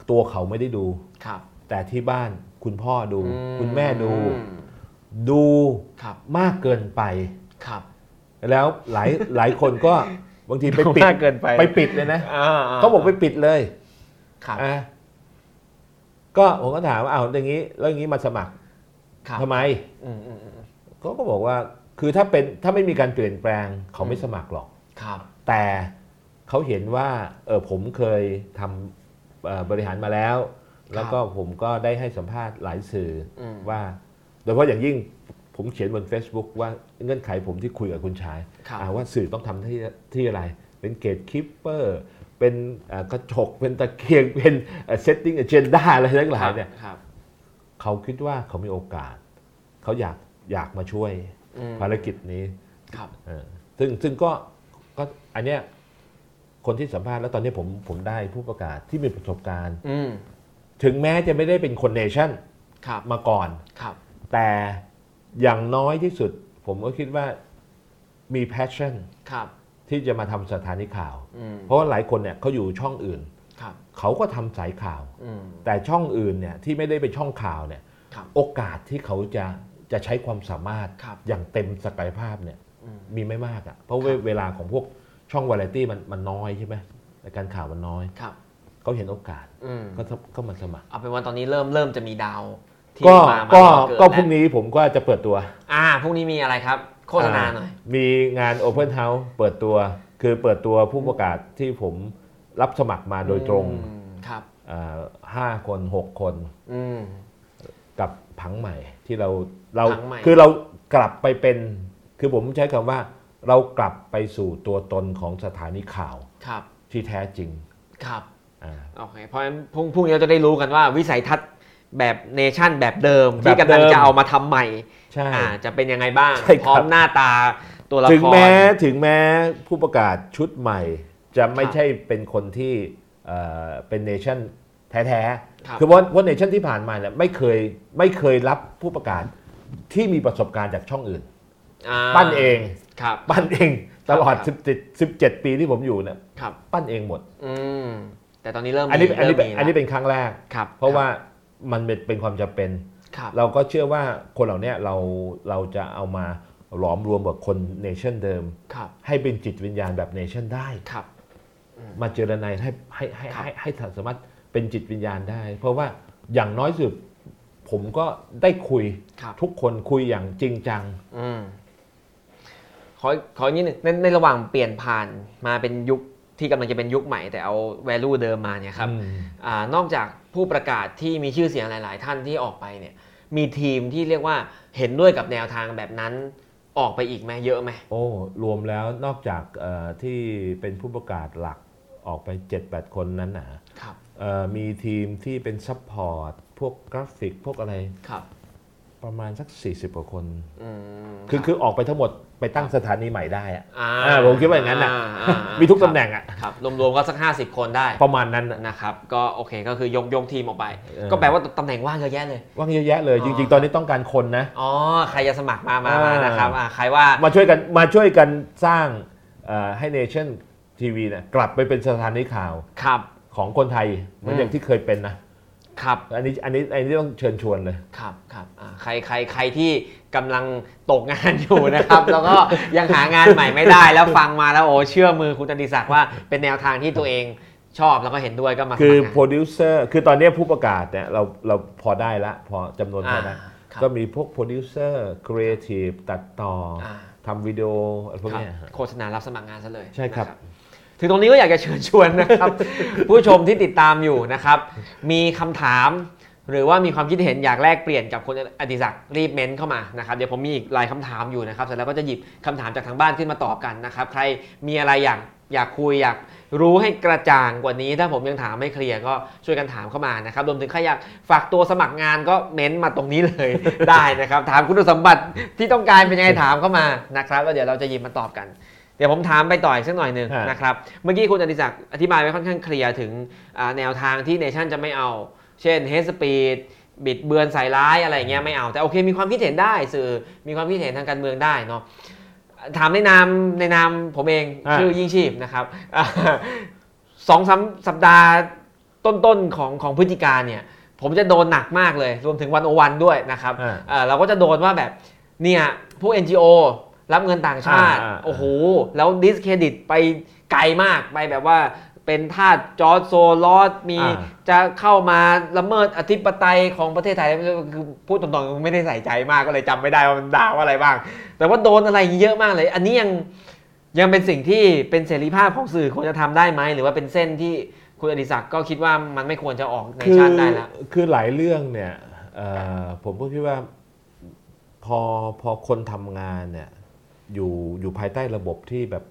ตัวเขาไม่ได้ดู
ครับ
แต่ที่บ้านคุณพ่อดู
อื
คุณแม่ดู
อืม
ดู
ครับ
มากเกินไป
ครับ
แล้วหลาย หลายคนก็บางทีไปปิด
มากเกินไป
ไปปิดเลยนะ
อ่ๆ
เขาบอกไปปิดเลย
ครับ
อ่ะก็ผมก็ถามว่าเอาวอย่างนี้แล้วอย่างนี้มาสมัคร
ครับ
ทำไม
อืมอืมอืมอืม
เขาก็บอกว่าคือถ้าเป็นถ้าไม่มีการเปลี่ยนแปลงเขาไม่สมัครหรอก
ครับ
แต่เขาเห็นว่าเออผมเคยทำเอ่อบริหารมาแล้ว แล้วก็ผมก็ได้ให้สัมภาษณ์หลายสื่อ
อืม
อว่า โดยเฉพาะอย่างยิ่งผมเขียนบน Facebook ว่าเงื่อนไขผมที่คุยกับคุณชาย
ครับ
อ่าว่าสื่อต้องทำที่ที่อะไร เป็นเกตคิปเปอร์ เป็นอ่ากระจก เป็นตะเกียง เป็นเซตติ้ง a เจนดาอะไรทั้งหลายเนี่ย
ครับ
เขาคิดว่าเขามีโอกาส เขาอยากอยากมาช่วย
อืม
ภารกิจนี้
ครับ
เออซึ่งซึ่งก็ก็อันเนี้ยคนที่สัมภาษณ์แล้วตอนนี้ผมผมได้ผู้ประกาศที่มีประสบการณ์
อืม
ถึงแม้จะไม่ได้เป็นคนเนชั่น
ครับ
มาก่อน
ครับ
แต่อย่างน้อยที่สุด ผมก็คิดว่ามีแพชชั่น
ครับ
ที่จะมาทำสถานีข่าว
อืม
เพราะว่าหลายคนเนี่ยเขาอยู่ช่องอื่น
ครับ
เขาก็ทำสายข่าว
อืม
แต่ช่องอื่นเนี่ยที่ไม่ได้เป็นช่องข่าวเนี่ย
ครับ
โอกาสที่เขาจะจะใช้ความสามารถ
ครับ
อย่างเต็มศักยภาพเนี่ย
อืม
มีไม่มากอะ่ะเพราะว่าเวลาของพวกช่องวาไรตี้มันมันน้อยใช่ไหมในการข่าวมันน้อย
ครับ
เขาเห็นโอกาส
อืม
ก็ก็มาสมัคร
เอาเป็นว่าตอนนี้เริ่มเริ่มจะมีดาวที่
ก็
มา
ก็
มาเด
ก็
แล้ว
พรุ่งนี้ผมก็จะเปิดตัว
อ่าพรุ่งนี้มีอะไรครับ โฆษณาหน่อย
มีงาน Open House เปิดตัว คือเปิดตัวผู้ประกาศที่ผมรับสมัครมาโดยตรง
อืมครับ
อ่าห้าคนหกคน
อืม
กับผังใหม่ที่เราเรา
ผังใหม่
คือเรากลับไปเป็น คือผมใช้คำว่า เรากลับไปสู่ตัวตนของสถานีข่าว
ครับ
ที่แท้จริง
ครับ
อ่า
โอเคเพราะฉะนั้นพรุ่งพรุ่งนี้เราจะได้รู้กันว่าวิสัยทัศน์แบบเนชั่นแบบเดิม ที่
แบบ
กำ
เดิ
ลั
ม
งจะเอามาทำใหม่
ใช่
อ่าจะเป็นยังไงบ้าง
ใช่ครับ
พร้อมหน้าตาตัวละคร
ถึงแม้ถึงแม้ผู้ประกาศชุดใหม่ จะไม่
ครับ
ใช่เป็นคนที่เอ่อเป็นเนชั่นแท้
ครับ
ๆคือว่าว่าเนชั่นที่ผ่านมาเนี่ยไม่เคยไม่เคยรับผู้ประกาศที่มีประสบการณ์จากช่องอื่น
อ่า
ปั้นเอง
ครับ
ปั้นเองตลอด
ครับ
17 17 ปีที่ผมอยู่เนี่ย
ครับ
ปั้นเองหมด
อืม แต่ตอนนี้เริ่มมี
อันนี้อันนี้เป็น
ริ่มมี
อันนี้เป็นครั้งแรก
ครับ
เพราะว่ามันเป็นเป็นความจำเป็น
ครับ
เราก็เชื่อว่าคนเหล่าเนี้ยเราเราจะเอามาหลอมรวมกับคนเนชั่นเดิม
ครับ
ให้เป็นจิตวิญญาณแบบเนชั่นได้
ครับ
มาเจรนายให้ให้
ค
ให้
รับ
ให้ให้สามารถเป็นจิตวิญญาณได้ เพราะว่าอย่างน้อยสุดผมก็ได้คุย
ครับ
ทุกคนคุยอย่างจริงจัง
อืมขอขออีกนิดหนึงในในระหว่างเปลี่ยนผ่านมาเป็นยุคที่กำลังจะเป็นยุคใหม่แต่เอา value เดิมมาเนี่ยครับ อ่านอกจากผู้ประกาศที่มีชื่อเสียงหลาย ๆ ท่านที่ออกไปเนี่ย มีทีมที่เรียกว่าเห็นด้วยกับแนวทางแบบนั้นออกไปอีกไหมเยอะไหม
โอ้ รวมแล้วนอกจากเอ่อที่เป็นผู้ประกาศหลักออกไป 7-8 คนนั้นนะ
ครับ
เอ่อมีทีมที่เป็นซัพพอร์ตพวกกราฟิกพวกอะไร
ครับ
ประมาณสัก 40กว่าคน
อืม
คือคือออกไปทั้งหมดไปตั้งสถานีใหม่ได้อะ
อ่า
เออผมคิดว่าอย่างนั้นน่ะ
อ่า
มีทุกตำแหน่งอะ
ครับรวมๆก็สัก 50 คนได้
ประมาณนั้นน่ะ
นะครับก็โอเคก็คือยกยกทีมออกไป
เออ
ก็แปลว่าตำแหน่งว่างเยอะแยะเลย
ว่างเยอะแยะเลย
อ๋อ
จริง ๆ ตอนนี้ต้องการคนนะ
อ๋อใครจะสมัครมามา
อ่าม
มานะครับอ่าใครว่า
มาช่วยกันมาช่วยกันสร้างเอ่อให้เนชั่นทีวีเนี่ยกลับไปเป็นสถานีข่าว
ครับ
ของคนไทยเหมือนอย่างที่เคยเป็นนะครับ อันนี้อันนี้อันนี้ต้องเชิญชวนเลย
ครับครับอ่าใครใครใครที่กำลังตกงานอยู่นะครับ แล้วก็ยังหางานใหม่ไม่ได้ แล้วฟังมาแล้วโอ้เชื่อมือคุณตันติศักดิ์ว่าเป็นแนวทางที่ตัวเองชอบแล้วก็เห็นด้วยก็มาสมัร
คือโป
งาร
ดิวเซอร์คือตอนนี้ผู้ประกาศเนี่ยเราเราพอได้ละพอจำนวนพอได้
อ่าครับ
ก็มีพวกโปรดิวเซอร์ครีเอทีฟตัดต่อ
อ่า
ทำวิดีโออะไรพวก
ครับ
เนี้ยฮะ
โฆษณารับสมัครงานซะเลย
ใช่ครับ
นะถึงตรงนี้ก็อยากจะเชิญชวนนะครับ ผู้ชมที่ติดตามอยู่นะครับ มีคำถาม หรือว่ามีความคิดเห็นอยากแลกเปลี่ยนกับคุณอดิศักดิ์รีบเม้นเข้ามานะครับเดี๋ยวผมมีอีกหลายคำถามอยู่นะครับเสร็จแล้วก็จะหยิบคำถามจากทางบ้านขึ้นมาตอบกันนะครับ ใครมีอะไรอยากอยากคุยอยากรู้ให้กระจ่างกว่านี้ ถ้าผมยังถามไม่เคลียร์ก็ช่วยกันถามเข้ามานะครับรวมถึงใครอยากฝากตัวสมัครงานก็เม้นมาตรงนี้เลย ได้นะครับถามคุณสมบัติที่ต้องการเป็นยังไงถามเข้ามานะครับแล้วเดี๋ยวเราจะหยิบมาตอบกัน เดี๋ยวผมถามไปต่ออีกสักหน่อยหนึ่ง
ฮะ
นะครับเมื่อกี้คุณอดิศักดิ์อธิบายไว้ค่อนข้างเคลียร์ถึงอ่าแนวทางที่เนชั่นจะไม่เอา เช่นเฮสปีดบิดเบือนใส่ร้ายอะไรอย่างเงี้ยไม่เอา แต่โอเคมีความคิดเห็นได้สื่อมีความคิดเห็นทางการเมืองได้เนาะถามในนามในนามผมเอง
อ่า
ชื่อยิ่งชีพนะครับ อ่าสองสามสัปดาห์ต้นๆของของพฤศจิกาเนี่ย ผมจะโดนหนักมากเลย รวมถึงวันโอวันด้วยนะครับ
อ่า
เอ่อเราก็จะโดนว่าแบบเนี่ยพวก NGO รับเงินต่างชาติ
อ่าอ่า
โอ้โห แล้วดิสเครดิตไปไกลมากไปแบบว่าเป็นทาสจอร์จโซลอสมี
อ่า
จะเข้ามาละเมิดอธิปไตยของประเทศไทยคือพูดตรงๆไม่ได้ใส่ใจมากก็เลยจำไม่ได้ว่ามันด่าว่าอะไรบ้าง แต่ว่าโดนอะไรเยอะมากเลย อันนี้ยังยังเป็นสิ่งที่เป็นเสรีภาพของสื่อควรจะทำได้ไหมหรือว่าเป็นเส้นที่คุณอดิศักดิ์ก็คิดว่ามันไม่ควรจะออกใน
คื
ชาติได้แล้ว
คือหลายเรื่องเนี่ยเอ่อผมก็คิดว่าพอพอคนทำงานเนี่ยอยู่อยู่ภายใต้ระบบที่แบบ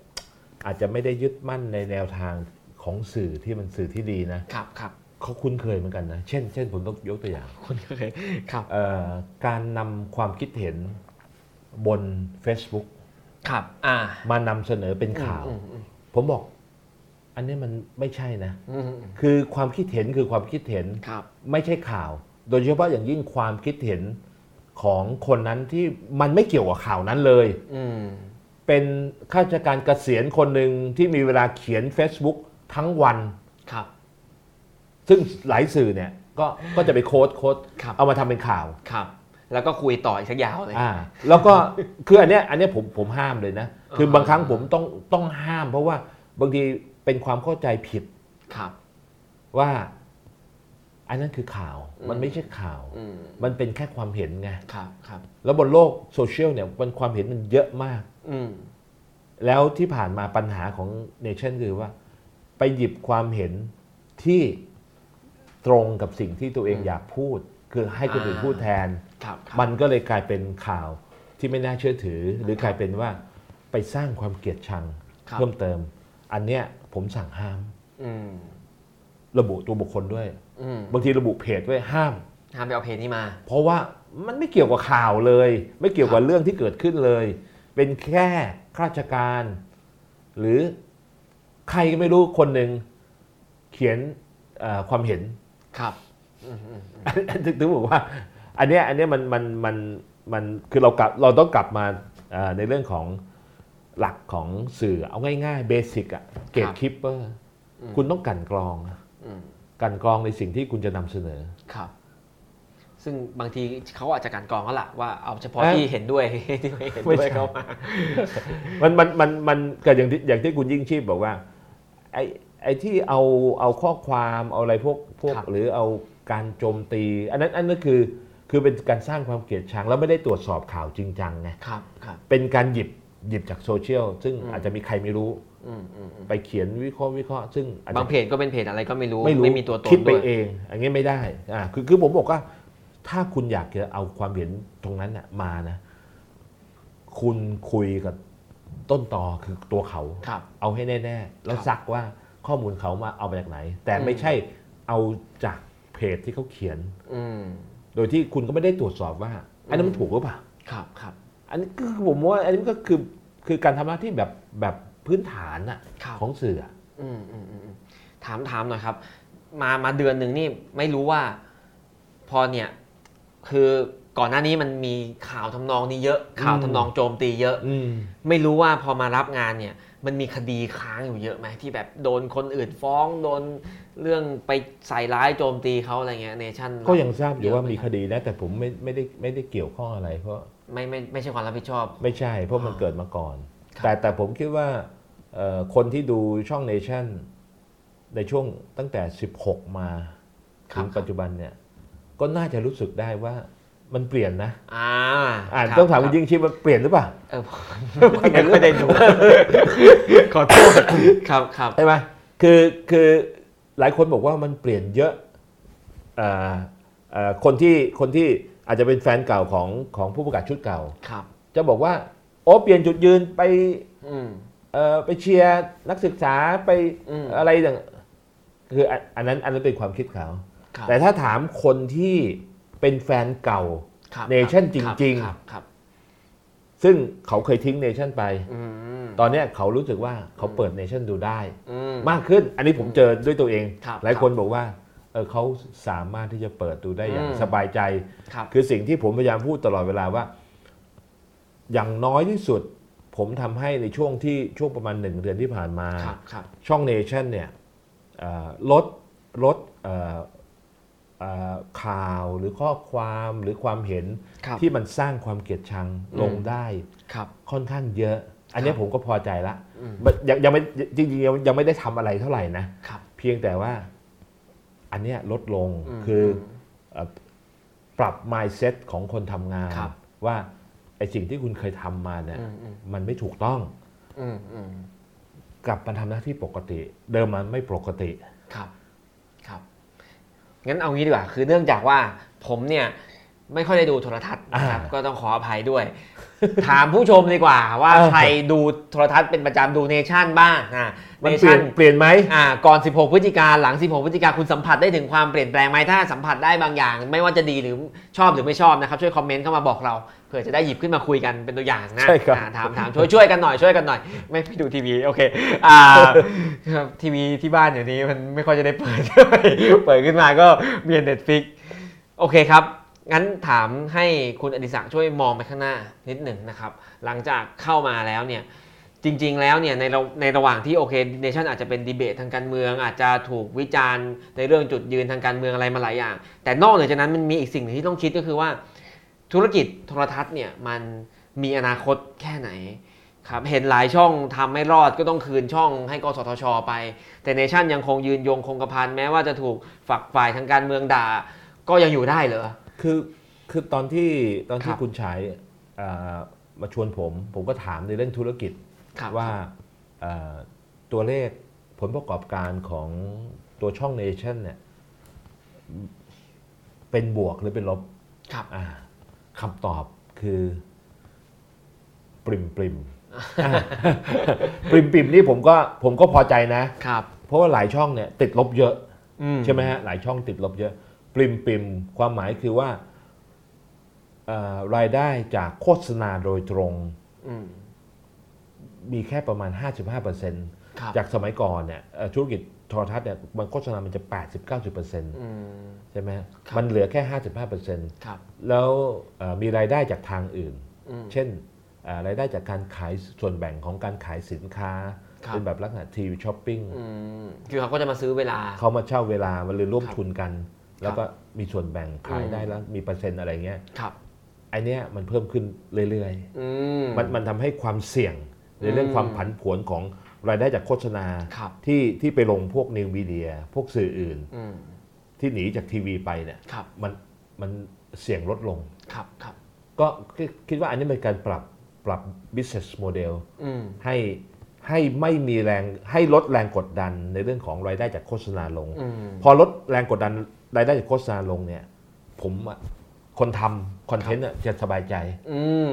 อาจจะไม่ได้ยึดมั่นในแนวทางของสื่อที่มันสื่อที่ดีนะครับ
ครับ
เขาคุ้นเคยเหมือนกันนะเช่น เช่นผมต้องยกตัวอย่าง
คุณเคยครับ
เอ่อการนำความคิดเห็นบน Facebook
ครับอ่าม
านำเสนอเป็นข่าว
อืมอืม
ผมบอก อันนี้มันไม่ใช่นะ
อืมอืม
คือความคิดเห็นคือความคิดเห็น
ครับ
ไม่ใช่ข่าว โดยเฉพาะอย่างยิ่งความคิดเห็นของคนนั้นที่มันไม่เกี่ยวกับข่าวนั้นเลย
อืม
เป็นข้าราชการเกษียณคนหนึ่งที่มีเวลาเขียน Facebook ทั้งวัน
ครับ
ซึ่งหลายสื่อเนี่ยก็ก็จะไปโค้ดโค้ด
ครับ
เอามาทำเป็นข่าว
ครับ แล้วก็คุยต่ออีกสักยาวเลย
อ่าแล้วก็ คืออันเนี้ยอันเนี้ยผมผมห้ามเลยนะ คือ
เออ
บางครั้งผมต้องต้องห้าม เพราะว่าบางทีเป็นความเข้าใจผิด
ครับ
ว่า อันนั้นคือข่าวมัน
อืม
ไม่ใช่ข่าว
อืม
มันเป็นแค่ความเห็นไง
ครับครับ
แล้วบนโลกโซเชียลเนี่ยมันความเห็นมันเยอะมาก
อืม
แล้วที่ผ่านมาปัญหาของเนชั่นคือว่า ไปหยิบความเห็นที่ตรงกับสิ่งที่ตัวเองอยากพูด คือให้คนอื่นพูดแทน
ครับครับ
มันก็เลยกลายเป็นข่าวที่ไม่น่าเชื่อถือ หรือกลายเป็นว่าไปสร้างความเกลียดชัง
ครับ
เพิ่มเติม อันเนี้ยผมสั่งห้าม
อืม
ระบุตัวบุคคลด้วย
อืม
บางทีระบุเพจด้วยห้าม
ห้ามไปเอาเพจนี้มา
เพราะว่ามันไม่เกี่ยวกับข่าวเลย ไม่เกี่ยวกับเรื่องที่เกิดขึ้นเลย เป็นแค่ข้าราชการ หรือใครก็ไม่รู้คนหนึ่งเขียนเอ่อความเห็น
ครับ
ถึงถึงบอกว่า อันเนี้ยอันเนี้ยมันมันมันมันคือเรากลับเราต้องกลับมาเอ่อในเรื่องของหลักของสื่อเอาง่ายๆเบสิกอะเกตคิปเปอร์
อืม
คุณต้องกลันกรองอะ
อืม
กลันกรองในสิ่งที่คุณจะนำเสนอ
ครับ ซึ่งบางทีเขาอาจจะการกรองก็ล่ะว่าเอาเฉพาะ
เอ้ย
ที่เห็นด้วย ที่ไม่เห็น
ไม่
ด้ว
ใช่
ยเข้ามา
มันมันมันมันก็อย่างที่อย่างที่คุณยิ่งชีพบอกว่าไอ้ไอ้ที่เอาเอาข้อความเอาอะไรพวกพวกหรือเอาการโจมตี อันนั้นอันนั้นคือคือเป็นการสร้างความเกลียดชังแล้วไม่ได้ตรวจสอบข่าวจริงจังไง
ครับครับ
เป็นการหยิบหยิบจากโซเชียลซึ่ง
อืม
อาจจะมีใครไม่รู้
อืมอืมอืม
ไปเขียนวิเคราะห์วิเคราะห์ซึ่งอจจะ
บางเพจก็เป็นเพจอะไรก็ไม่รู้
ไม่รู้
ไม่มีตัวตน
คิดไป
ด้วย
เองอันนี้ไม่ได้อ่าคือคือผมบอกว่า ถ้าคุณอยากจะเอาความเห็นตรงนั้นน่ะมานะ คุณคุยกับต้นตอคือตัวเขา
ครับ
เอาให้แน่ๆแล้วซักว่าข้อมูลเขามาเอามาจากไหน แต่
อืม
ไม่ใช่เอาจากเพจที่เขาเขียน
อืม
โดยที่คุณก็ไม่ได้ตรวจสอบว่า อันนั้นมันถูกหรือเปล่า
ครับครับ
อันนี้ก็คือผมว่าอันนี้มันก็คือคือการทำหน้าที่แบบแบบพื้นฐานอะ
ครับ
ของสื่ออะ
อืมอืมอืมอืมถามถามหน่อยครับ มามาเดือนหนึ่งนี่ไม่รู้ว่า พอเนี่ย คือก่อนหน้านี้มันมีข่าวทำนองนี้เยอะ ข่าวทำนองโจมตีเยอะ
อืม
ไม่รู้ว่าพอมารับงานเนี่ย มันมีคดีค้างอยู่เยอะไหมที่แบบโดนคนอื่นฟ้องโดนเรื่องไปใส่ร้ายโจมตีเขาอะไรเงี้ยเนชั่น
ก็ยังทราบอยู่ว่ามีคดีนะแต่ผมไม่ไม่ได้ไม่ได้เกี่ยวข้องอะไร เพราะ
ไม่ไม่ไม่ใช่ความรับผิดชอบ
ไม่ใช่ เพราะมันเกิดมาก่อน
ครับ
แต่แต่ผมคิดว่าเอ่อคนที่ดูช่องเนชั่นในช่วงตั้งแต่ 16 มาถึงปัจจุบันเนี่ย ก็น่าจะรู้สึกได้ว่ามันเปลี่ยนนะ
อ่า
อ่าน
ครับ
ต้องถาม
ค
คุณ
รับ
ยิ่งชีพว่าเปลี่ยนหรือเปล่า
เออผมยังไม่ได้ดู ขอโทษครับครับ
ใช่ไหมคือคือหลายคนบอกว่ามันเปลี่ยนเยอะเอ่อเอ่อคนที่คนที่อาจจะเป็นแฟนเก่าของของผู้ประกาศชุดเก่า
ครับ
จะบอกว่าโอ้เปลี่ยนจุดยืนไป
อืม
เอ่อไปเชียร์นักศึกษาไป
อืม
อะไรต่างคืออันอันนั้นอันนั้นเป็นความคิดเขา
ครับ
แต่ถ้าถามคนที่เป็นแฟนเก่า
ครับ
Nation
คบ
จริงๆ
ครับครับ
ซึ่งเขาเคยทิ้งเนชั่นไป
อืม
ตอนเนี้ยเขารู้สึกว่าเขาเปิดเนชั่นดูได้
อืม
มากขึ้นอันนี้ผมเจอด้วยตัวเอง
ครับ
หลายคนบอกว่าเออเขาสามารถที่จะเปิดดูได้อย่าง
อืม
สบายใจ
ครับ
คือสิ่งที่ผมพยายามพูดตลอดเวลาว่า อย่างน้อยที่สุด ผมทำให้ในช่วงที่ช่วงประมาณหนึ่งเดือนที่ผ่านมา
ครับ ครับ
ช่องเนชั่นเนี่ยเอ่อลดลดเอ่อเอ่อข่าวหรือข้อความหรือความเห็น
ครับ
ที่มันสร้างความเกลียดชัง
อืม
ลงได้
ครับ
ค่อนข้างเยอะ อันเนี้ย
ครับ
ผมก็พอใจละ
อืม
มันยังยังไม่จริงๆยังยังไม่ได้ทำอะไรเท่าไหร่นะ
ครับ
เพียงแต่ว่าอันเนี้ยลดลง
ม
คือ ปรับ mindset ของคนทำงาน
ครับ
ว่าไอสิ่งที่คุณเคยทำมาเนี่ย
อืมอืม
มันไม่ถูกต้อง
อืมอืม
กลับมาทำหน้าที่ปกติ เดิมมันไม่ปกติ
ครับ ครับ งั้นเอางี้ดีกว่า คือเนื่องจากว่าผมเนี่ยไม่ค่อยได้ดูโทรทัศน์นะครับ
อ่า
ก็ต้องขออภัยด้วย ถามผู้ชมดีกว่าว่า
เออ
ใครดูโทรทัศน์เป็นประจำดูเนชั่นบ้างอ่ะเน
มันเปลี่
ชั่
ย
น
นเปลี่ยนไหม
อ่าก่อน 16 พฤศจิกาหลัง 16 พฤศจิกาคุณสัมผัสได้ถึงความเปลี่ยนแปลงไหมถ้าสัมผัสได้บางอย่าง ไม่ว่าจะดีหรือชอบหรือไม่ชอบนะครับ ช่วยคอมเมนต์เข้ามาบอกเราเผื่อจะได้หยิบขึ้นมาคุยกันเป็นตัวอย่างนะ
ใช่ครับ
อ่าถามถามช่วยช่วยกันหน่อยช่วยกันหน่อย ไม่ไปดูทีวีโอเคอ่าครับทีวีที่บ้านเดี๋ยวนี้มันไม่ค่อยจะได้เปิด เปิดขึ้นมาก็มีเน็ตฟิกโอเคครับ งั้นถามให้คุณอดิศักดิ์ช่วยมองไปข้างหน้านิดหนึ่งนะครับ หลังจากเข้ามาแล้วเนี่ย จริงๆ แล้วเนี่ยในระในระหว่างที่โอเคเนชั่นอาจจะเป็นดีเบตทางการเมือง อาจจะถูกวิจารณ์ในเรื่องจุดยืนทางการเมืองอะไรมาหลายอย่าง แต่นอกเหนือจากนั้นมันมีอีกสิ่งหนึ่งที่ต้องคิดก็คือว่า ธุรกิจโทรทัศน์เนี่ยมันมีอนาคตแค่ไหนครับเห็นหลายช่องทำไม่รอดก็ต้องคืนช่องให้กสทช ไป แต่เนชั่นยังคงยืนยงคงกระพันแม้ว่าจะถูกฝักฝ่ายทางการเมืองด่า ก็ยังอยู่ได้เหรอ
คือคือตอนที่ตอน
ค
ที่
รับ
คุณฉายเอ่อมาชวนผม ผมก็ถามในเรื่องธุรกิจ
ครับ
ว่าเอ่อตัวเลขผลประกอบการของตัวช่องเนชั่นเนี่ยเป็นบวกหรือเป็นลบ
ครับ
อ่าคำตอบคือปริมป ริมอ่า ปริมปริมนี่ผมก็ผมก็พอใจนะ
ครับ
เพราะว่าหลายช่องเนี่ยติดลบเยอะ
อื
ใช่ไหมฮะหลายช่องติดลบเยอะ ปริมปริมความหมายคือว่าเอ่อรายได้จากโฆษณาโดยตรง
อืม
มีแค่ประมาณ 55%
ครับ
จากสมัยก่อนเนี่ยเอ่อธุรกิจโทรทัศน์เนี่ยมันโฆษณามันจะ 80-90%
อืม
ใช่ไหมฮะ
ครับ
มันเหลือแค่ 55%
ครับ
แล้วเอ่อมีรายได้จากทางอื่น
อืม
เช่นอ่ารายได้จากการขายส่วนแบ่งของการขายสินค้า
ครับ
เป็นแบบลักษณะทีวีช้อปปิ้ง
อืมคือเขาก็จะมาซื้อเวลา
เขามาเช่าเวลามันเลยร่วม
ครับ
ทุนกัน แล้วก็มีส่วนแบ่งขาย
อืม
ได้แล้วมีเปอร์เซ็นต์อะไรเงี้ย
ครับ
ไอเนี้ยมันเพิ่มขึ้นเรื่อย
อืม
ๆ มันมันทำให้ความเสี่ยงในเรื่อง
อืม
ความผันผวนของรายได้จากโฆษณา
ครับ
ที่ที่ไปลงพวกนิวมีเดีย พวกสื่ออื่น
อืม
ที่หนีจากทีวีไปเนี่ย
ครับ
มันมันเสี่ยงลดลง
ครับครับ
ก็คิดคิดว่าอันนี้เป็นการปรับปรับ business model
อืม
ให้ให้ไม่มีแรงให้ลดแรงกดดันในเรื่องของรายได้จากโฆษณาลง
อืม
พอลดแรงกดดันรายได้จากโฆษณาลงเนี่ย ผมอะคนทำคอนเทนต์อะจะสบายใจ
อืม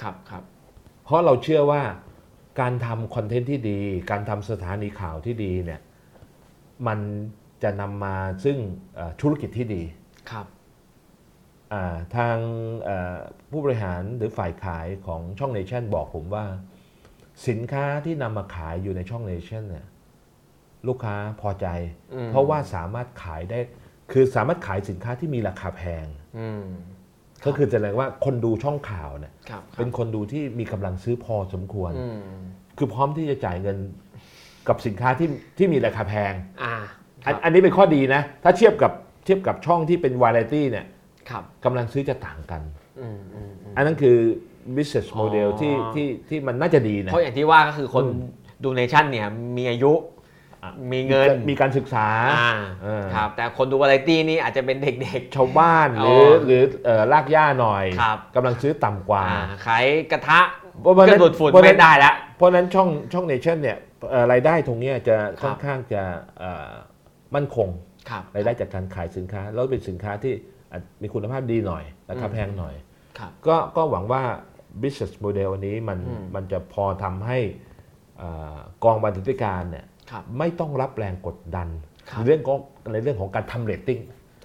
ครับครับ
เพราะเราเชื่อว่าการทำคอนเทนต์ที่ดี การทำสถานีข่าวที่ดีเนี่ยมันจะนำมาซึ่งเอ่อธุรกิจที่ดี
ครับ
อ่าทางเอ่อผู้บริหารหรือฝ่ายขายของช่องเนชั่นบอกผมว่า สินค้าที่นำมาขายอยู่ในช่องเนชั่นเนี่ยลูกค้าพอใจ
อืม
เพราะว่าสามารถขายได้คือสามารถขายสินค้าที่มีราคาแพง
อืม
ก็คือจะแสดงว่าคนดูช่องข่าวเนี่ย
ครับครับ
เป็นคนดูที่มีกำลังซื้อพอสมควร
อืม
คือพร้อมที่จะจ่ายเงินกับสินค้าที่ที่มีราคาแพง
อ่าครั
อัน
บ
อันนี้เป็นข้อดีนะ ถ้าเทียบกับเทียบกับช่องที่เป็นวาไรตี้เนี่ย
ครับ
กำลังซื้อจะต่างกัน
อืมอืมอืม
อันนั้นคือ business model
อ๋อ
ที่ที่ที่มันน่าจะดีนะ
เพราะอย่างที่ว่าก็คือคน
อืม
ดูเนชั่นเนี่ยมีอายุ
อ่ะ
มีเงิน
มีการศึกษา
อ่า
เออ
ครับ แต่คนดูวาไรตี้นี่อาจจะเป็นเด็ก
ชาวบ้านห
อ๋
รือ อหรือเอ่อลากย่าหน่อย
ครับ
กำลังซื้อต่ำ
ๆ
กว่า
อ่าขายกระทะ
เพราะ
เครื่องดูดฝุ่น
เพราะ
ไม่ได้ละ
เพราะฉะนั้นช่องช่องเนชั่นเนี่ยเอ่อรายได้ตรงเนี้ยจะ
ครับ
ค่อนข้างจะเอ่อมั่นคง
ครับ
รายได้จากการขายสินค้า แล้วเป็นสินค้าที่อาจมีคุณภาพดีหน่อยราคาแพงหน่อย
ครับ
ก็ก็หวังว่า business model อันนี้มัน
อืม
มันจะพอทำให้เอ่อกองบรรณาธิการเนี่ย
ครับ
ไม่ต้องรับแรงกดดัน
ครับ
ในเรื่องของในเรื่องของการทำเรตติ้ง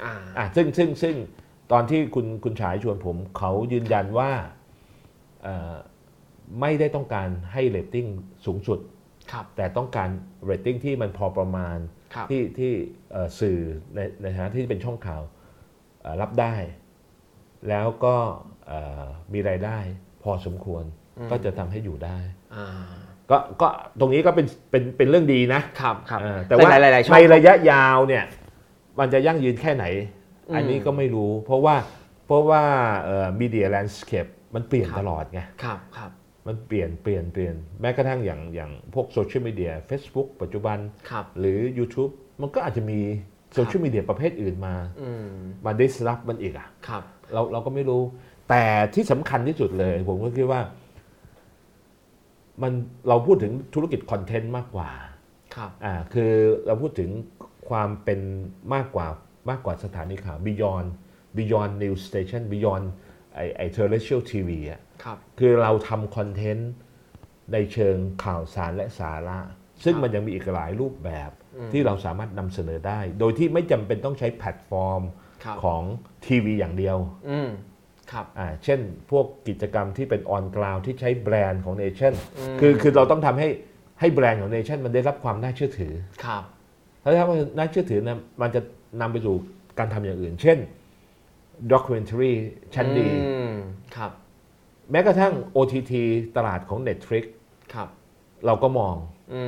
อ่า
อ่ะซึ่งซึ่งซึ่งตอนที่คุณคุณฉายชวนผมเขายืนยันว่าเอ่อไม่ได้ต้องการให้เรตติ้งสูงสุด
ครับ
แต่ต้องการเรตติ้งที่มันพอประมาณ
ครับ
ที่ที่เอ่อสื่อในในฐานะที่เป็นช่องข่าวเอ่อรับได้ แล้วก็เอ่อมีรายได้พอสมควรก็จะทำให้อยู่ได้
อ่า
ก็ก็ตรงนี้ก็เป็นเป็นเป็นเรื่องดีนะ
ครับครับ
เออ
แต่
แต่ว่า
หลายๆช่อง
ในระยะยาวเนี่ยมันจะยั่งยืนแค่ไหน
อืม
อันนี้ก็ไม่รู้ เพราะว่าเพราะว่ามีเดียแลนด์สเคปมันเปลี่ยน
ครับ
ตลอดไง
ครับครับ
มันเปลี่ยนเปลี่ยนเปลี่ยนแม้กระทั่งอย่างอย่างพวกโซเชียลมีเดีย Facebook ปัจจุบัน
ครับ
หรือ YouTube มันก็อาจจะมีโซเชียลมีเดียประเภทอื่นมา
อืม
มาดิสรับมันอีกอะ
ครับ
เราเราก็ไม่รู้ แต่ที่สำคัญที่สุดเลย ผมก็คิดว่ามันเราพูดถึงธุรกิจคอนเทนต์มากกว่า
ครับ
อ่าคือเราพูดถึงความเป็นมากกว่ามากกว่าสถานีข่าว Beyond Beyond News Station Beyond ไอไอ terrestrial TV อ่ะ
ครับ
คือเราทำคอนเทนต์ในเชิงข่าวสารและสาระ ซึ่
ค
ง
รับ
มันยังมีอีกหลายรูปแบบที่เราสามารถนำเสนอได้ โดยที่ไม่จำเป็นต้องใช้แพลตฟอร์ม
ครับ
ของทีวีอย่างเดียว
อืมครับ
อ่าเช่นพวกกิจกรรมที่เป็นออนกราวที่ใช้แบรนด์ของเนชั่น
อืม
คือคือเราต้องทำให้ให้แบรนด์ของเนชั่นมันได้รับความน่าเชื่อถือ
ครับ
ถ้าถ้ามันน่าเชื่อถือนะมันจะนำไปสู่การทำอย่างอื่น เช่นด็อกิเมนทรีชั้นดี
อืมครับ
แม้กระทั่ง OTT ตลาดของ Netflix
ครับ
เราก็มอง
อื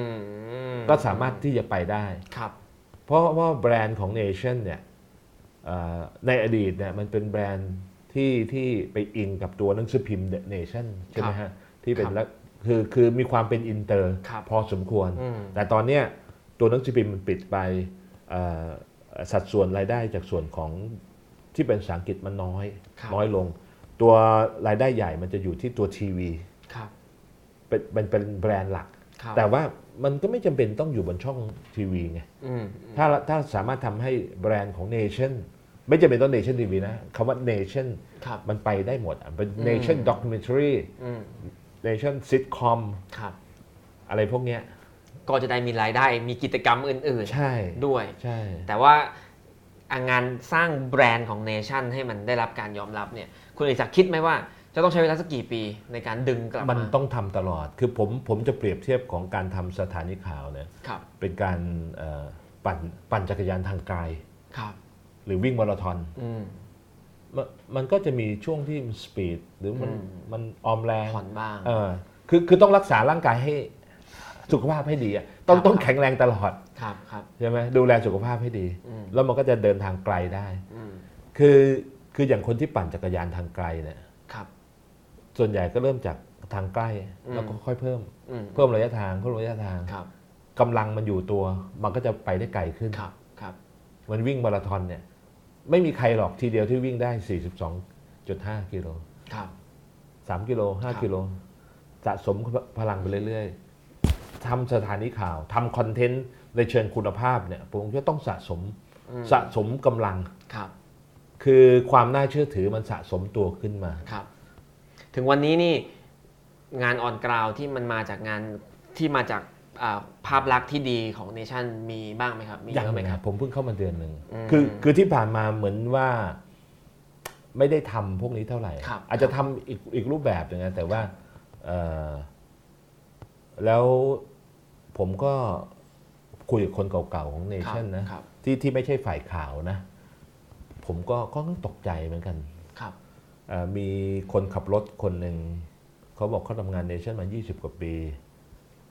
ม
ก็สามารถที่จะไปได้
ครับ
เพราะว่าแบรนด์ของ Nation เนี่ยเอ่อในอดีตเนี่ยมันเป็นแบรนด์ที่ที่ไปอิงกับตัวหนังสือพิมพ์ The Nation ใช่ไหมฮะ ที่เป็นลักคือคือมีความเป็นอินเตอร์
ครับ
พอสมควร
อืม
แต่ตอนเนี้ยตัวหนังสือพิมพ์มันปิดไปเอ่อสัดส่วนรายได้จากส่วนของที่เป็นภาษาอังกฤษมันน้อย
ครับ
น้อยลง ตัวรายได้ใหญ่มันจะอยู่ที่ตัวทีวี
ครับ
เป็นเป็นเป็นแบรนด์หลัก
ครับ
แต่ว่ามันก็ไม่จำเป็นต้องอยู่บนช่องทีวีไง
อืม
ถ้าถ้าสามารถทำให้แบรนด์ของเนชั่นไม่จำเป็นต้องเนชั่นทีวีนะคำว่าเนชั่น
ครับ
มันไปได้หมดอะเป็นเนชั่นด็อกิเมนทรี
อืม
เนชั่นซิทคอม
ครับ
อะไรพวกเนี้ย
ก็จะได้มีรายได้มีกิจกรรมอื่น
ใช่
ๆด้วย
ใช่
แต่ว่าอ่ะงานสร้างแบรนด์ของเนชั่นให้มันได้รับการยอมรับเนี่ยคุณเอกศักดิ์คิดไหมว่า จะต้องใช้เวลาสักกี่ปีในการดึงกลับมา
มันต้องทำตลอด คือผมผมจะเปรียบเทียบของการทำสถานีข่าวเนี่ย
ครับ
เป็นการเอ่อปั่นปั่นจักรยานทางไกล
ครับ
หรือวิ่งมาราธอน
อืม
มันมันก็จะมีช่วงที่สปีดหรือมัน
อืม
มันออมแรง
ผ่อนบ้าง
เออคือคือต้องรักษาร่างกายให้สุขภาพให้ดีอะต้อง
ครับ
ต้องแข็งแรงตลอด
ครับครับ
ใช่ไหมดูแลสุขภาพให้ดี
อืม
แล้วมันก็จะเดินทางไกลได้
อืม
คือคืออย่างคนที่ปั่นจักรยานทางไกลเนี่ย
ครับ
ส่วนใหญ่ก็เริ่มจากทางใกล้
อืม
แล้วก็ค่อยเพิ่ม
อืม
เพิ่มระยะทางเพิ่มระยะทาง
ครับ
กำลังมันอยู่ตัว มันก็จะไปได้ไกลขึ้น
ครับครับ
มันวิ่งมาราธอนเนี่ย ไม่มีใครหรอกทีเดียวที่วิ่งได้ 42.5 กิโล
ครับ
3 กิโล
ครับ
5 กิโล สะสมพลังไปเรื่อยๆทำสถานีข่าวทำคอนเทนต์ในเชิงคุณภาพเนี่ยผมก็ต้องสะสม
อืม
สะสมกำลัง
ครับ
คือความน่าเชื่อถือมันสะสมตัวขึ้นมา
ครับ ถึงวันนี้นี่งานออนกราวที่มันมาจากงานที่มาจากอ่าภาพลักษณ์ที่ดีของเนชั่นมีบ้างไหมครับ มี
ยั
เย
ง
อะไหม
ไม่
ค
ค
รั
รับ บผมเพิ่งเข้ามาเดือนหนึ่ง
อืม
คือคือที่ผ่านมาเหมือนว่า ไม่ได้ทำพวกนี้เท่าไหร่
ครับ
อาจจะทำอีกอีกรูปแบบหนึ่งนะแต่ว่าเอ่อแล้วผมก็คุยกับคนเก่าๆของเนชั่นนะครับ ที่ที่ไม่ใช่ฝ่ายข่าวนะ ผมก็ก็ตกใจเหมือนกัน
ครับ
เอ่อมีคนขับรถคนหนึ่ง เขาบอกเขาทำงานเนชั่นมา 20 กว่าปี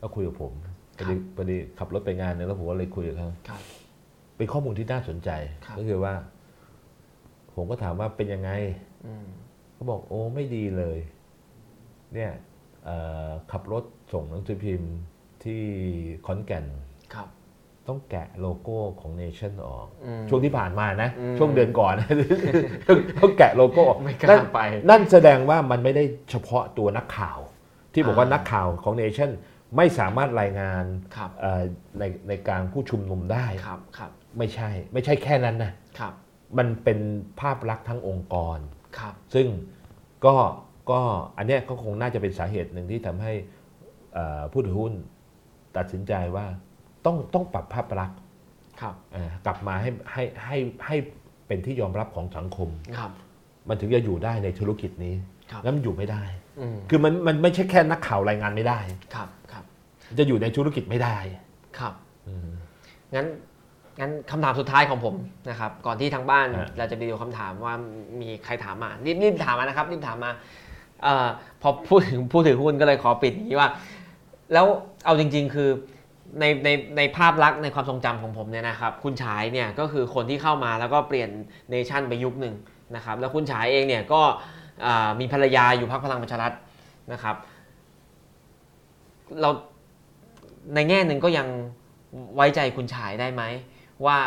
ก็คุยกับผมพ
ครั
อบ ดีพอดีขับรถไปงานเนี่ยแล้วผมก็เลยคุยกับเขา
ครับ
เป็นข้อมูลที่น่าสนใจ
ครับ
ก็คือว่า ผมก็ถามว่าเป็นยังไง
อืม
เขาบอกโอ้ไม่ดีเลย เนี่ยเอ่อขับรถส่งหนังสือพิมพ์ที่ขอนแก่น
ครับ
ต้องแกะโลโก้ของเนชั่นออก
อืม
ช่วงที่ผ่านมานะ
อืม
ช่วงเดือนก่อน ต้องแกะโลโก้ออก
ไม่กล้า
นั่น
ไป
นั่นแสดงว่ามันไม่ได้เฉพาะตัวนักข่าว ที่บอกว่า
อ่านั
นักข่าวของเนชั่นไม่สามารถรายงาน
ครับ
เอ่อในในกลารผู้ชุมนุมได้
ครับครับ
ไม่ใช่ ไม่ใช่แค่นั้นนะครับมันเป็นภาพลักษณ์ทั้งองค์กร
ครับ
ซึ่งก็ก็อันเนี้ยก็คงน่าจะเป็นสาเหตุหนึ่งที่ทำให้เอ่อผู้ถือหุ้นตัดสินใจว่าต้องต้องปรับภาพลักษณ์
ครับ
อ่ากลับมาให้ให้ให้ให้เป็นที่ยอมรับของสังคม
ครับ
มันถึงจะอยู่ได้ในธุรกิจนี้
ครับ
แล้วมันอยู่ไม่ได้
อืม
คือมันมันไม่ใช่แค่นักข่าวรายงานไม่ได้
ครับครับ
จะอยู่ในธุรกิจไม่ได้
ครับ งั้นงั้นคำถามสุดท้ายของผมนะครับ ก่อนที่ทางบ้าน
ฮะ
เราจะไปดูคำถามว่ามีใครถามมารีบรีบถามมานะครับรีบถามมาเออพอพูดถึงผู้ถือหุ้นก็เลยขอปิดอย่างนี้ว่า แล้วเอาจริง ๆ คือในในในภาพลักษณ์ในความทรงจำของผมเนี่ยนะครับ คุณฉายเนี่ยก็คือคนที่เข้ามาแล้วก็เปลี่ยนเนชั่นไปยุคหนึ่งนะครับ แล้วคุณฉายเองเนี่ยก็อ่ามีภรรยาอยู่พรรคพลังประชารัฐนะครับ เราในแง่หนึ่งก็ยัง ไว้ใจคุณฉายได้ไหม ว่า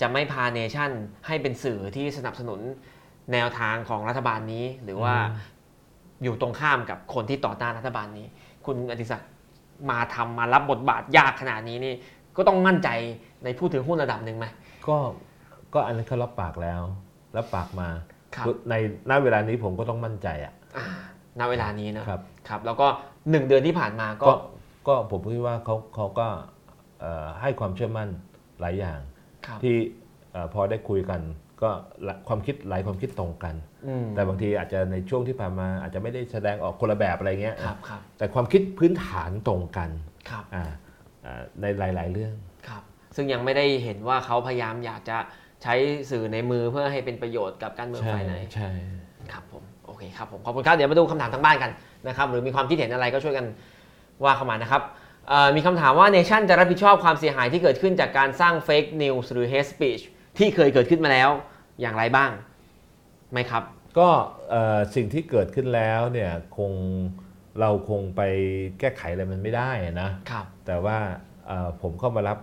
จะไม่พาเนชั่นให้เป็นสื่อที่สนับสนุนแนวทางของรัฐบาลนี้ หรือว่าอยู่ตรงข้ามกับคนที่ต่อต้านรัฐบาลนี้ คุณอดิศักดิ์มาทำมารับบทบาทยากขนาดนี้นี่ก็ต้องมั่นใจในผู้ถือหุ้นระดับหนึ่งไหม
ก็ก็อันนั้นเขารับปากแล้ว รับปากมา
ครับ
ในณเวลานี้ผมก็ต้องมั่นใจอ่ะ
อ่าณเวลานี้นะครับ ครับ แล้วก็หนึ่งเดือนที่ผ่านมาก็
ก็ก็ผมคิดว่าเขาเขาก็เอ่อให้ความเชื่อมั่นหลายอย่าง
ครับ
ที่เอ่อพอได้คุยกัน ก็ละความคิดหลายความคิดตรงกัน
อืม
แต่บางทีอาจจะในช่วงที่ผ่านมาอาจจะไม่ได้แสดงออกคนละแบบอะไรเงี้ย
ครับครับ
แต่ความคิดพื้นฐานตรงกัน
ครับ
อ่าอ่าในหลาย ๆ เรื่อง
ครับซึ่งยังไม่ได้เห็นว่าเขาพยายามอยากจะใช้สื่อในมือเพื่อให้เป็นประโยชน์กับการเมือง
ใช่
ฝ่ายไหน
ใช่
ครับผมโอเคครับผมขอบคุณครับเดี๋ยวมาดูคำถามทางบ้านกันนะครับหรือมีความคิดเห็นอะไรก็ช่วยกันว่าเข้ามานะครับเอ่อมีคำถามว่าเนชั่นจะรับผิดชอบความเสียหายที่เกิดขึ้นจากการสร้างเฟกนิวส์หรือเฮสปีชที่เคยเกิดขึ้นมาแล้วอย่างไรบ้างไหมครับ
ก็เอ่อสิ่งที่เกิดขึ้นแล้วเนี่ยคงเราคงไปแก้ไขอะไรมันไม่ได้นะ
ครับ
แต่ว่าเอ่อผมเข้ามารับ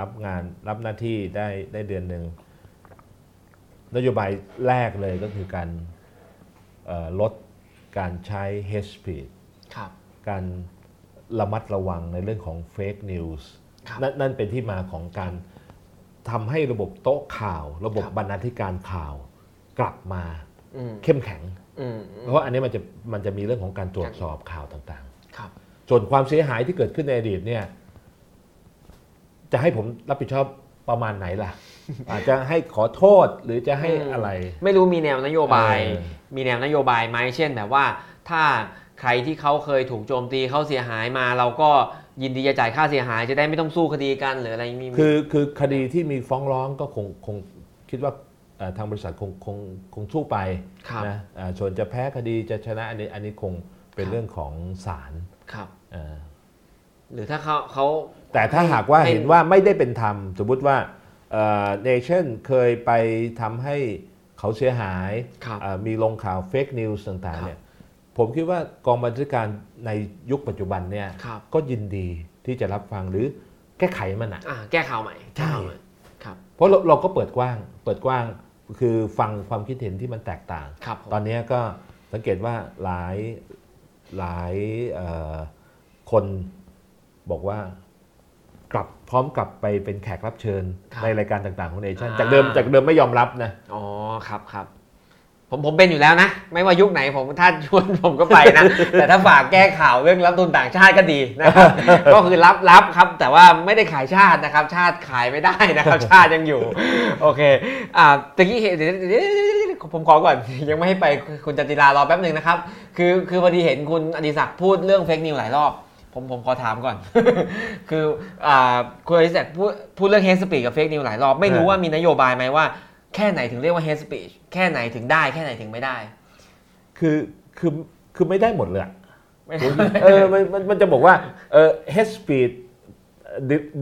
รับงานรับหน้าที่ได้ได้เดือนหนึ่งนโยบายแรกเลยก็คือการเอ่อลดการใช้ hate speech
ครับ
การระมัดระวังในเรื่องของเฟกนิวส์
ครับ
นั่นนั่นเป็นที่มาของการทำให้ระบบโต๊ะข่าว ระบบ
ครับ
บรรณาธิการข่าวกลับมา
อืม
เข้มแข็ง
อืม
เพราะว่าอันนี้มันจะมันจะมีเรื่องของการตรวจสอบข่าวต่าง
ครับ
ๆ ส่วนความเสียหายที่เกิดขึ้นในอดีตเนี่ยจะให้ผมรับผิดชอบประมาณไหน ล่ะ อาจจะให้ขอโทษหรือจะให้อะไร
ไม่รู้มีแนวนโยบาย
เออ
มีแนวนโยบายไหมเช่นแบบว่า ถ้าใครที่เขาเคยถูกโจมตีเขาเสียหายมา เราก็ยินดีจะจ่ายค่าเสียหายจะได้ไม่ต้องสู้คดีกันหรืออะไรมีไหม
คือคือคดีที่มีฟ้องร้องก็คงคงคิดว่าเอ่อทางบริษัทคงคงคงสู้ไป
ครับ
นะอ่าส่วนจะแพ้คดีจะชนะอันนี้อันนี้คงเป็นเรื่องของศาล
ครับ
เอ่อ
หรือถ้าเขาเขา
แต่ถ้าหากว่า
ให้
เห็นว่าไม่ได้เป็นธรรม สมมติว่าเนชั่นเคยไปทำให้เขาเสียหาย
ครับ
เอ่อมีลงข่าวเฟกนิวส์ต่า
ค
ง
รั
ๆ
บ
เนี่ยผมคิดว่ากองบัญชาการในยุคปัจจุบันเนี่ย
ครับ
ก็ยินดีที่จะรับฟังหรือแก้ไขมันอะ
อ่าแก้ข่าวใหม่
ใช่
แก้ข่าวใหม่ครับ
เพราะเราเราก็เปิดกว้าง เปิดกว้างคือฟังความคิดเห็นที่มันแตกต่าง
ครับผม
ตอนนี้ก็สังเกตว่าหลายหลายเอ่อคนบอกว่ากลับพร้อมกลับไปเป็นแขกรับเชิญ ในรายการต่างๆของเนชั่นจากเดิมจากเดิมไม่ยอมรับนะ
อ๋อครับครับ ผมผมเป็นอยู่แล้วนะ ไม่ว่ายุคไหนผมถ้าชวนผมก็ไปนะ แต่ถ้าฝากแก้ข่าวเรื่องรับทุนต่างชาติก็ดี นะครับ ก็คือรับรับครับ แต่ว่าไม่ได้ขายชาตินะครับ ชาติขายไม่ได้นะครับ ชาติยังอยู่ โอเคอ่าตะกี้เห็นเดี๋ยวเดี๋ยวเดี๋ยวเดี๋ยว ผมขอก่อน ยังไม่ให้ไปคุณจติลารอแป๊บหนึ่งนะครับ คือคือพอดีเห็นคุณอดิศักดิ์พูดเรื่องเฟกนิวหลายรอบ ผมผมขอถามก่อน คืออ่าคุณอดิศักดิ์พูดพูดเรื่องเฮสปีกับเฟกนิวหลายรอบ ไม่รู้
ใช่
ว่ามีนโยบายไหมว่า แค่ไหนถึงเรียกว่าเฮสปีแค่ไหนถึงได้แค่ไหนถึงไม่ได้
คือคือคือไม่ได้หมดเลยอะ
ไม่
เออมันมันมันจะบอกว่าเออ head speed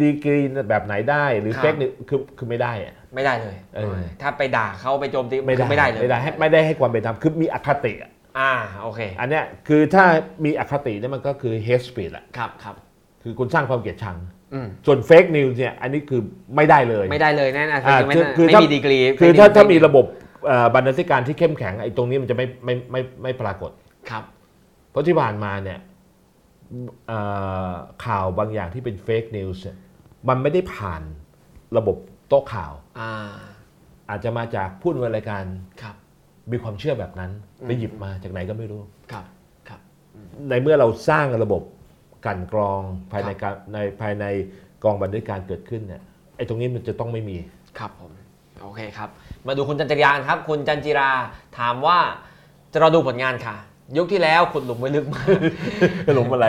ดีกรีแบบไหนได้หรือเฟกนี่คือคือไม่ได้อะ
ไม่ได้เลย
เออ
ถ้าไปด่าเขาไปโจมตี
ไม่ได้
คือไม่ได้เลย
ไม่ได้ให้ไม่ได้ให้ความเป็นธรรมคือมีอคติอะ
อ่าโอเค
อันเนี้ยคือถ้ามีอคติเนี่ยมันก็คือ head speed แหละ
ครับครับ
คือคุณสร้างความเกลียดชัง
อืม
ส่วนเฟกนิวส์เนี่ยอันนี้คือไม่ได้เลย
ไม่ได้เลยแน่นอน
อ่า
ไม่
คือ
ได้
คื
ไม่มี
อถ้า
ดีกรี
คือ
fake
ถ้า
news
ถ้ามีระบบเอ่อบรรณาธิการที่เข้มแข็งไอ้ตรงนี้มันจะไม่ไม่ไม่ไม่ไม่ปรากฏ
ครับ
เพราะที่ผ่านมาเนี่ยเอ่อข่าวบางอย่างที่เป็นเฟกนิวส์มันไม่ได้ผ่านระบบโต๊ะข่าว
อ่า
อาจจะมาจากผู้ดำเนินรายการ
ครับ
มีความเชื่อแบบนั้น
อืม
ไปหยิบมาจากไหนก็ไม่รู้
ครับ
ในเมื่อเราสร้างระบบกลันกรองภายในการในภายในกองบรรณาธิการเกิดขึ้นเนี่ยไอ้ตรงนี้มันจะต้องไม่มี
ครับผม โอเคครับ มาดูคุณจันจิราครับ คุณจันจิราถามว่าจะรอดูผลงานค่ะ ยุคที่แล้วขุดหลุมไว้ลึกมาก
หลงอะไร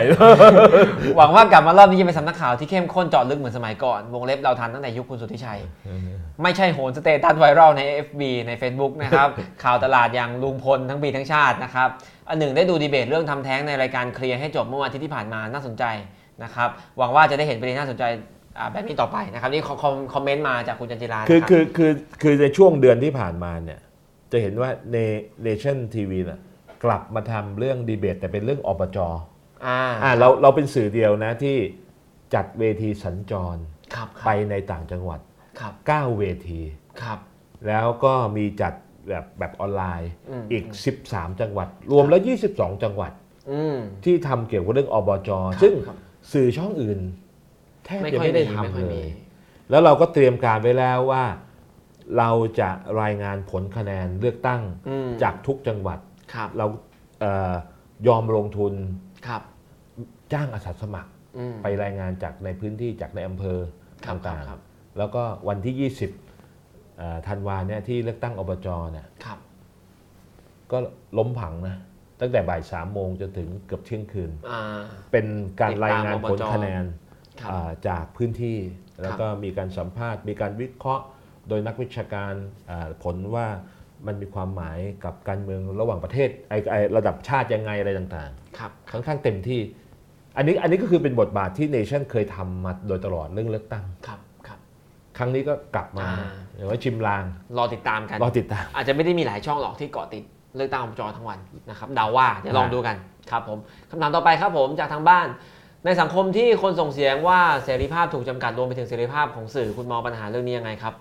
หวังว่ากลับมารอบนี้จะเป็นสำนักข่าวที่เข้มข้นเจาะลึกเหมือนสมัยก่อน วงเล็บเราทันตั้งแต่ยุคคุณสุทธิชัย ไม่ใช่โหนสเตตัสไวรัลใน FB ใน Facebook นะครับ ข่าวตลาดอย่างลุงพลทั้งปีทั้งชาตินะครับ อันหนึ่งได้ดูดีเบตเรื่องทำแท้งในรายการเคลียร์ให้จบเมื่อวันอาทิตย์ที่ผ่านมาน่าสนใจนะครับ หวังว่าจะได้เห็นประเด็นน่าสนใจอ่าแบบนี้ต่อไปนะครับนี่คอมคอมเมนต์มาจากคุณจันจิรานะ
คือ
รับ
คือคือคือในช่วงเดือนที่ผ่านมาเนี่ย จะเห็นว่าเนเนชั่นทีวีน่ะกลับมาทำเรื่องดีเบต แต่เป็นเรื่องอบจ
อ่า
อ่าเราเราเป็นสื่อเดียวนะที่จัดเวทีสัญจร
ครับค
ไป
รับ
ในต่างจังหวัด
ครับ
9 เวที
ครับ
แล้วก็มีจัดแบบแบบออนไลน์
อืม
อีก 13 จังหวัด รวมแล้ว 22 จังหวัด
อืม
ที่ทำเกี่ยวกับเรื่องอบจ ซึ่ง
ครับ
สื่อช่องอื่นแทบ
ไม่
จะ
ค่อย
ไม่ได้
มีไม่
ทำ
ค่อย
เล
มี
ย แล้วเราก็เตรียมการไว้แล้วว่า เราจะรายงานผลคะแนนเลือกตั้ง
อืม
จากทุกจังหวัด
ครับ
เราเอ่อยอมลงทุน
ครับ
จ้างอาสาสมัคร
อืม
ไปรายงานจากในพื้นที่จากในอำเภอ
ครับ
ต่าง
ครับ
ๆแล้วก็วันที่ 20เอ่อธันวาเนี่ยที่เลือกตั้งอบจเนี่ย
ครับ
ก็ล้มผังนะตั้งแต่บ่ายสามโมงจนถึงเกือบเที่ยงคืน
อ่า
เป็นการ
ติดตาม
รายงานผ
อ
ล
บจ
คะแนน
ครับ
อ่าจากพื้นที่ แล้วก็มีการสัมภาษณ์ มีการวิเคราะห์ โดยนักวิชาการอ่าผลว่ามันมีความหมายกับการเมืองระหว่างประเทศไอ้ไอ้ระดับชาติยังไงอะไรต่าง
ครับ
ๆ ค่อนข้างเต็มที่ อันนี้อันนี้ก็คือเป็นบทบาทที่เนชั่นเคยทำมาโดยตลอดเรื่องเลือกตั้ง
ครับครับ
ครั้งนี้ก็กลับมา
อ่า
หรือว่าชิมลาง
รอติดตามกัน
รอติดตาม
อาจจะไม่ได้มีหลายช่องหรอกที่เกาะติดเลือกตั้งอบจทั้งวันนะครับเดาว่าเดี๋ยวลองดูกันครับผมคำถามต่อไปครับผมจากทางบ้าน ในสังคมที่คนส่งเสียงว่าเสรีภาพถูกจำกัดรวมไปถึงเสรีภาพของสื่อคุณมองปัญหาเรื่องนี้ยังไงครับ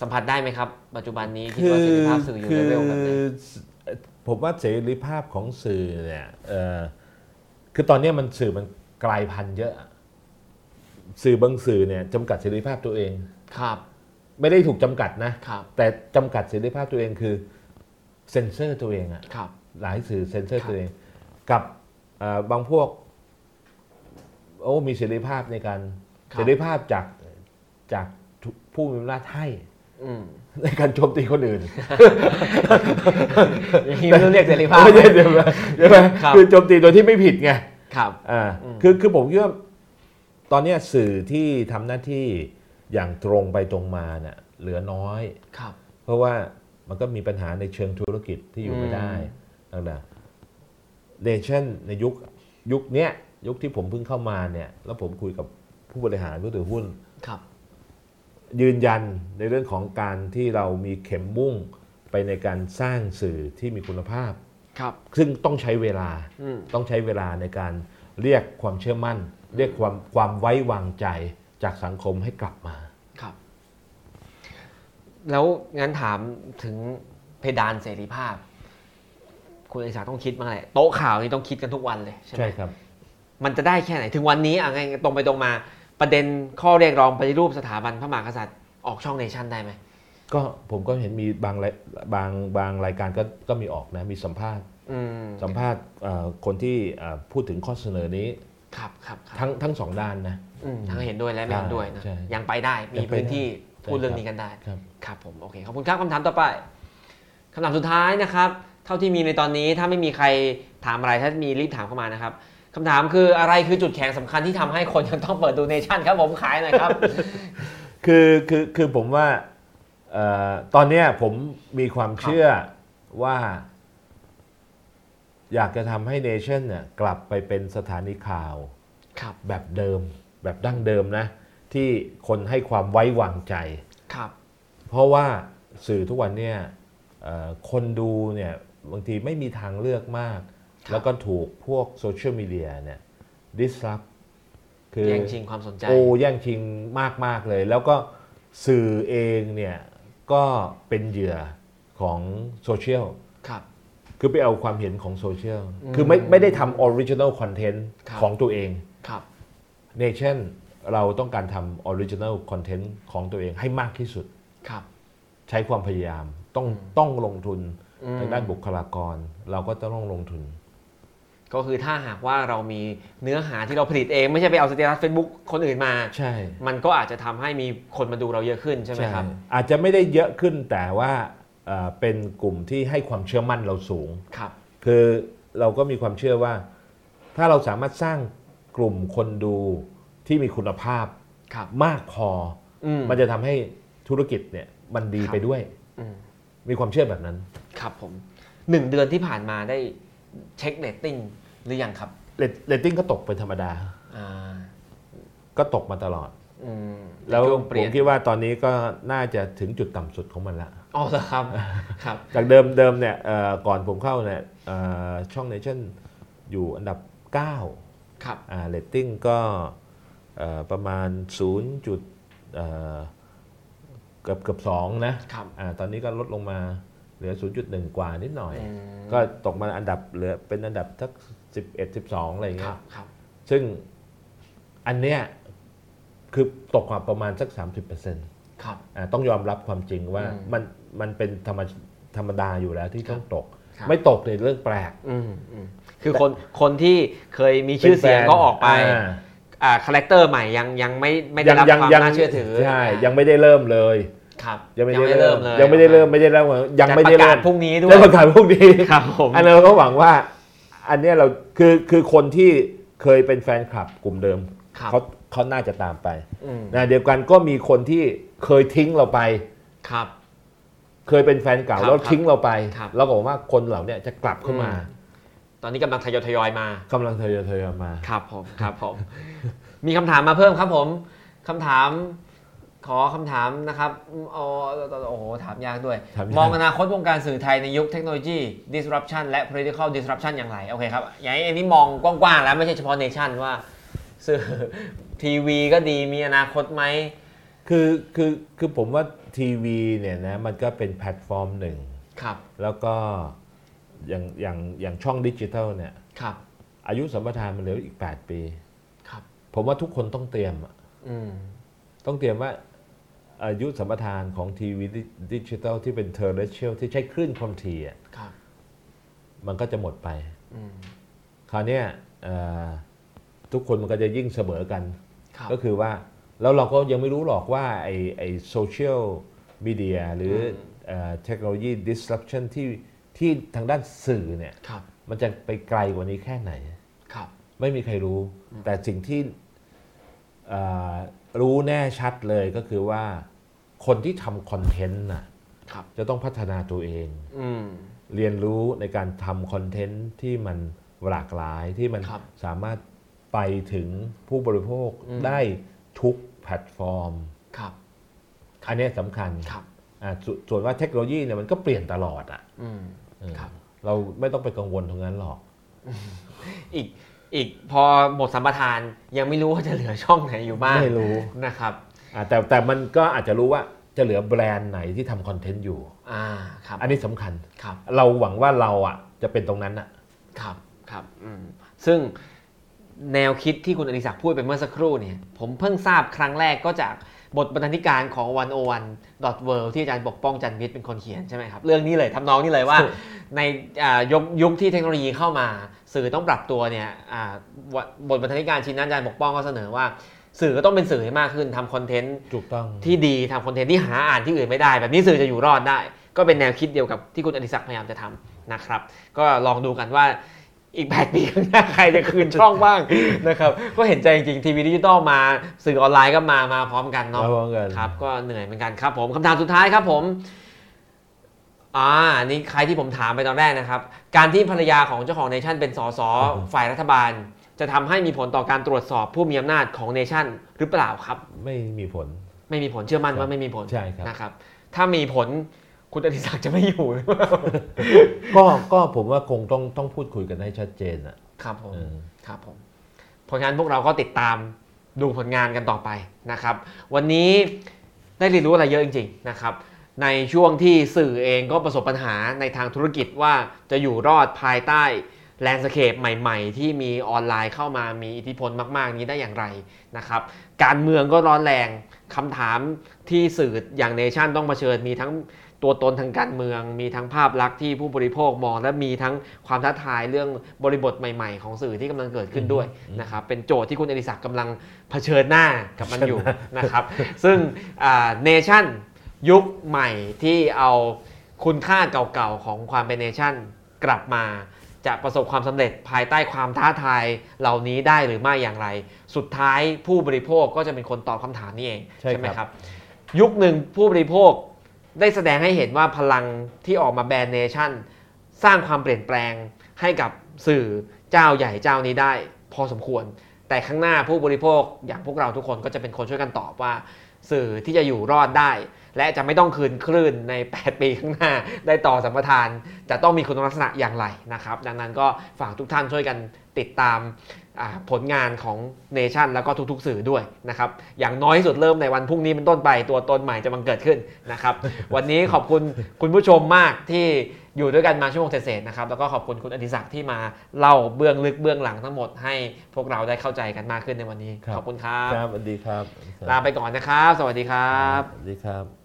สัมผัสได้ไหมครับ ปัจจุบันนี้คิดว่าเสรีภาพสื่ออยู่ในเวลแบบไหน
คือผมว่าเสรีภาพของสื่อเนี่ยเอ่อคือตอนเนี้ยมันสื่อมันกลายพันธุ์เยอะอะสื่อบางสื่อเนี่ยจำกัดเสรีภาพตัวเอง
ครับ
ไม่ได้ถูกจำกัดนะ
ครับ
แต่จำกัดเสรีภาพตัวเองคือเซ็นเซอร์ตัวเองอะ
ครับ
หลายสื่อเซ็นเซอร์
ครับ
ตัวเอง กับเอ่อบางพวกโอ้มีเสรีภาพในการเสรีภาพจากจากผู้มีอำนาจให้
อืม
ในการโจมตีคนอื่น
อย่างนี้ไม่ต้องเรียกเสรีภาพ
ไม่ใช่เดี๋ยวมาเดี๋ยวมา
ครับ
คือโจมตีโดยที่ไม่ผิดไง
ครับ
อ่า
อืม
คือคือผมคิดว่าตอนเนี้ยสื่อที่ทำหน้าที่อย่างตรงไปตรงมาเนี่ยเหลือน้อย
ครับ
เพราะว่ามันก็มีปัญหาในเชิงธุรกิจที่อยู่ไม่ได้
อื
ต่างๆเนชั่นในยุคยุคเนี้ยยุคที่ผมเพิ่งเข้ามาเนี่ยแล้วผมคุยกับผู้บริหารผู้ถือหุ้น
ครับ
ยืนยันในเรื่องของการที่เรามีเข็มมุ่งไปในการสร้างสื่อที่มีคุณภาพ
ครับ
ซึ่งต้องใช้เวลา
อืม
ต้องใช้เวลาในการเรียกความเชื่อมั่น เรียกความความไว้วางใจจากสังคมให้กลับมา
ครับ แล้วงั้นถามถึงเพดานเสรีภาพ คุณอิสาต้องคิดบ้างแหละโต๊ะข่าวนี่ต้องคิดกันทุกวันเลยใช่ไหม
ใช่ครับ
มันจะได้แค่ไหนถึงวันนี้อ่ะไงตรงไปตรงมา ประเด็นข้อเรียกร้องปฏิรูปสถาบันพระมหากษัตริย์ออกช่องเนชั่นได้ไหม
ก็ผมก็เห็นมีบางรายบางบางรายการก็ก็มีออกนะมีสัมภาษณ์
อืม
สัมภาษณ์เอ่อคนที่เอ่อพูดถึงข้อเสนอนี้
ครับครับครับ
ทั้งทั้งสองด้านนะ
อืมทั้งเห็นด้วยและไม่เห็นด้วยนะ
ใช่ใช่
ยังไปได้มี
ยังไป
พื้น
ได้
ที่พูด
ใช่
เรื่อง
ครับ
นี้กันได้
ครับ
ครับผมโอเคขอบคุณครับคำถามต่อไป คำถามสุดท้ายนะครับ เท่าที่มีในตอนนี้ถ้าไม่มีใครถามอะไรถ้ามีรีบถามเข้ามานะครับคำถามคืออะไรคือจุดแข็งสำคัญที่ทำให้คนยังต้องเปิดดูเนชั่นครับผมขายหน่อยครับ
คือคือคือผมว่าเอ่อตอนเนี้ยผมมีความเชื่อว่า อยากจะทำให้เนชั่นเนี่ยกลับไปเป็นสถานีข่าว
ครับ
แบบเดิม แบบดั้งเดิมนะ ที่คนให้ความไว้วางใจ
ครับ
เพราะว่าสื่อทุกวันเนี่ยเอ่อคนดูเนี่ยบางทีไม่มีทางเลือกมาก
ครับ
แล้วก็ถูกพวกโซเชียลมีเดียเนี่ยดิสรับคือ
แย่งชิงความสนใจ
โอ้แย่งชิงมากมาก ๆ เลย แล้วก็สื่อเองเนี่ย ก็เป็นเหยื่อของโซเชียล
ครับ
คือไปเอาความเห็นของโซเชียล
อืม
คือไม่ไม่ได้ทำออริจิน l ลคอนเทนต์
ครับ
ของตัวเอง
ครับ
เนชั่นเราต้องการทำออริจิน l ลคอนเทนต์ของตัวเองให้มากที่สุด
ครับ
ใช้ความพยายามต้องต้องลงทุน
อืม
ทางด้านบุคลากร เราก็ต้องลงทุน
ก็คือถ้าหากว่าเรามีเนื้อหาที่เราผลิตเองไม่ใช่ไปเอาสเตตัสเฟซบุ๊กคนอื่นมา
ใช่
มันก็อาจจะทำให้มีคนมาดูเราเยอะขึ้นใช่ไหมครับ
อาจจะไม่ได้เยอะขึ้นแต่ว่าเอ่อเป็นกลุ่มที่ให้ความเชื่อมั่นเราสูง
ครับ
คือเราก็มีความเชื่อว่า ถ้าเราสามารถสร้างกลุ่มคนดูที่มีคุณภาพ
ครับ
มากพอ
อืม
มันจะทำให้ธุรกิจเนี่ยมันดี
ครับ
ไปด้วย
อืม
มีความเชื่อแบบนั้น
ครับผมหนึ่งเดือนที่ผ่านมาได้เช็คเรตติ้งหรือยังครับ
เรตเรตติ้งก็ตกเป็นธรรมดา
อ่า
ก็ตกมาตลอด
อืม
แล้ว
ช่งเป
ผ
ลี่ย
ม
น
คิดว่าตอนนี้ก็น่าจะถึงจุดต่ำสุดของมันละ
อ๋อเหรอครับ ครับ
จากเดิมเดิมเนี่ยเอ่อก่อนผมเข้าเนี่ยเอ่อช่องเนชั่นอยู่อันดับ 9
ครับ
อ่าเรตติ้งก็เอ่อประมาณ0จุดเอ่อเกือบเกือบสองนะครับ อ่าตอนนี้ก็ลดลงมาเหลือ 0.1 กว่านิดหน่อย
อืม
ก็ตกมาอันดับเหลือเป็นอันดับทัก11 12 อะไรอย่าง
ค
เงี้
รับ
ย
ครับ
ซึ่งอันเนี้ยคือตกมาประมาณสัก 30%อ
ครับ
่าต้องยอมรับความจริงว่า
อืม
มันมันเป็นธรรมธรรมดาอยู่แล้วที่ต้องตก
ครับ
ไม่ตกในยเรื่องแปลก
อืมอืมคือคนคนที่เคยมีชื่อเสียงก็ออกไป
า
อ่าคาแรคเตอร์ใหม่ยังยังไม่ไม่ได้รับความน่าเชื่อถือ
ใช่ยังไม่ได้เริ่มเลย
ครับ
ยังไม่ได้
เริ่
เริ่
ม
ม
เลย
ยังไม่ได้เริ่มไม่ได้เริ่มยังไม่ได้
จะประ
เริ่ม
กาศพรุ่งนี้ด้วย
จะประกาศพรุ่งนี้
ครับผม
อันนั้นเราก็หวังว่า อันเนี้ยเราคือคือคนที่เคยเป็นแฟนคลับกลุ่มเดิม
ครับ
เขาเขาน่าจะตามไป
อืม
นะเดียวกันก็มีคนที่เคยทิ้งเราไป
ครับ
เคยเป็นแฟนเก่า
ครับ
แล้วทิ้งเราไป
ครับ
เราก็หวังว่าคนเหล่าเนี้ยจะกลับเข้ามา
ตอนนี้กำลังทยอยทยอยๆมา
กำลังทยอยทยอยมา
ครับ ผมครับผม มีคำถามมาเพิ่มครับผมคำถาม ขอคำถามนะครับเอาโอ้โหถามยากด้วย
ถามยาก
มองอนาคตวงการสื่อไทยในยุคเทคโนโลยี disruption และ political disruption อย่างไร โอเคครับอย่างนี้อันนี้มองกว้างๆแล้วไม่ใช่เฉพาะ nation ว่าสื่อ ทีวีก็ดีมีอนาคตไหม
คือคือคือผมว่าทีวีเนี่ยนะมันก็เป็นแพลตฟอร์มหนึ่ง
ครับ
แล้วก็อย่างอย่างอย่างช่องดิจิทัลเนี่ย
ครับ
อายุสัมปทานมันเหลืออีก 8 ปี
ครับ
ผมว่าทุกคนต้องเตรียมอะ
อืม
ต้องเตรียมว่าอายุสัมปทานของทีวีดิจิทัลที่เป็นเทอร์เรเชียลที่ใช้คลื่นความถี่อะ
ครับ
มันก็จะหมดไป
อืม
คราวเนี้ยเอ่อทุกคนมันก็จะยิ่งเสมอกัน
ครับ
ก็คือว่าแล้วเราก็ยังไม่รู้หรอกว่าไอไอโซเชียลมีเดียหรือเทคโนโลยี disruption ที่ที่ทางด้านสื่อเนี่ย
ครับ
มันจะไปไกลกว่านี้แค่ไหน
ครับ
ไม่มีใครรู้ แต่สิ่งที่เอ่อรู้แน่ชัดเลยก็คือว่าคนที่ทำคอนเทนต์น่ะ
ครับ
จะต้องพัฒนาตัวเอง
อืม
เรียนรู้ในการทำคอนเทนต์ที่มันหลากหลายที่มัน
ครับ
สามารถไปถึงผู้บริโภค
อืม
ได้ทุกแพลตฟอร์ม
ครับ
อันเนี้ยสำคัญ
ครับ
อ่ะสส่วนว่าเทคโนโลยีเนี่ยมันก็เปลี่ยนตลอดอ่ะ
อืม
เออ
ครับ
เราไม่ต้องไปกังวลตรงนั้นหรอก
อีกอีกพอหมดสัมปทานยังไม่รู้ว่าจะเหลือช่องไหนอยู่บ้าง
ไม่รู้
นะครับ
อ่ะแต่แต่มันก็อาจจะรู้ว่าจะเหลือแบรนด์ไหนที่ทำคอนเทนต์อยู่
อ่าครับ
อันนี้สำคัญ
ครับ
เราหวังว่าเราอ่ะจะเป็นตรงนั้นอ่ะ
ครับครับอืมซึ่งแนวคิดที่คุณอดิศักดิ์พูดไปเมื่อสักครู่เนี่ยผมเพิ่งทราบครั้งแรกก็จากบทบรรณาธิการของ 101 world ที่อาจารย์ปกป้องจันทร์วิทย์เป็นคนเขียนใช่ไหมครับเรื่องนี้เลยทำนองนี้ เลยว่า
ใช่
ในอ่ายุคยุคที่เทคโนโลยีเข้ามา สื่อต้องปรับตัวเนี่ยอ่าบทบรรณาธิการชิ้นนั้นอาจารย์ปกป้องก็เสนอว่า สื่อก็ต้องเป็นสื่อให้มากขึ้นทำคอนเทนต์
ถูกต้อง
ที่ดีทำคอนเทนต์ที่หาอ่านที่อื่นไม่ได้ แบบนี้สื่อจะอยู่รอดได้ ก็เป็นแนวคิดเดียวกับที่คุณอดิศักดิ์พยายามจะทำนะครับ ก็ลองดูกันว่าอีก 8 ปีข้างหน้าใครจะคืนช่องบ้าง นะครับก็เห็นใจจริงๆทีวีดิจิตอลมาสื่อออนไลน์ก็มามาพร้อมกันเนาะ
ระวังกัน
ครับ ก็เหนื่อยเหมือนกันครับผมคำถามสุดท้ายครับผม อ่า นี่ใครที่ผมถามไปตอนแรกนะครับ การที่ภรรยาของเจ้าของเนชั่นเป็นสสฝ่ายรัฐบาล จะทำให้มีผลต่อการตรวจสอบผู้มีอำนาจของเนชั่นหรือเปล่าครับ
ไม่มีผล
ไม่มีผลเชื่อมั่น
ครับ
ว่าไม่มีผล
ใช่ครับ
นะครับ ถ้ามีผลคุณอดิศักดิ์จะไม่อยู่
ก็ก็ผมว่าคงต้องต้องพูดคุยกันให้ชัดเจนอ่ะ
ครับผม
เออ
ครับผมเพราะงั้นพวกเราก็ติดตามดูผลงานกันต่อไปนะครับ วันนี้ได้เรียนรู้อะไรเยอะจริงๆนะครับ ในช่วงที่สื่อเองก็ประสบปัญหาในทางธุรกิจว่าจะอยู่รอดภายใต้แลนด์สเคปใหม่ๆ ที่มีออนไลน์เข้ามามีอิทธิพลมากๆ นี้ได้อย่างไรนะครับ การเมืองก็ร้อนแรงคำถามที่สื่ออย่างเนชั่นต้องเผชิญมีทั้ง ตัวตนทางการเมือง มีทั้งภาพลักษณ์ที่ผู้บริโภคมอง และมีทั้งความท้าทายเรื่องบริบทใหม่ๆ ของสื่อที่กำลังเกิดขึ้นด้วยนะครับเป็นโจทย์ที่คุณอดิศักดิ์กำลังเผชิญหน้ากับมันอยู่ นะครับ ซึ่งเนชั่นยุคใหม่ที่เอาคุณค่าเก่าๆ ของความเป็นเนชั่นกลับมา จะประสบความสำเร็จภายใต้ความท้าทายเหล่านี้ได้หรือไม่อย่างไร สุดท้ายผู้บริโภคก็จะเป็นคนตอบคำถามนี้เอง
ใช่
ไหม
ครับ
ครับ ยุคหนึ่งผู้บริโภค ได้แสดงให้เห็นว่าพลังที่ออกมาแบรนด์เนชั่น สร้างความเปลี่ยนแปลงให้กับสื่อเจ้าใหญ่เจ้านี้ได้ พอสมควร แต่ข้างหน้าผู้บริโภคอย่างพวกเราทุกคนก็จะเป็นคนช่วยกันตอบว่า สื่อที่จะอยู่รอดได้ และจะไม่ต้องคืนคลื่น ใน 8 ปีข้างหน้า ได้ต่อสัมปทาน จะต้องมีคุณลักษณะอย่างไรนะครับ ดังนั้นก็ฝากทุกท่านช่วยกันติดตามอ่าผลงานของเนชั่นแล้วก็ทุกๆ สื่อด้วยนะครับ อย่างน้อยที่สุดเริ่มในวันพรุ่งนี้เป็นต้นไปตัวตนใหม่จะบังเกิดขึ้น นะครับ วันนี้ขอบคุณคุณผู้ชมมากที่อยู่ด้วยกันมาชั่วโมงเศษๆนะครับแล้วก็ขอบคุณคุณอดิศักดิ์ที่มาเล่าเบื้องลึกเบื้องหลังทั้งหมดให้พวกเราได้เข้าใจกันมากขึ้นในวันนี้
ครับ
ขอบคุณครับ
ครับสวัสดีครับ
ลาไปก่อนนะครับ สวัสดีครับ
สวัสดีครับ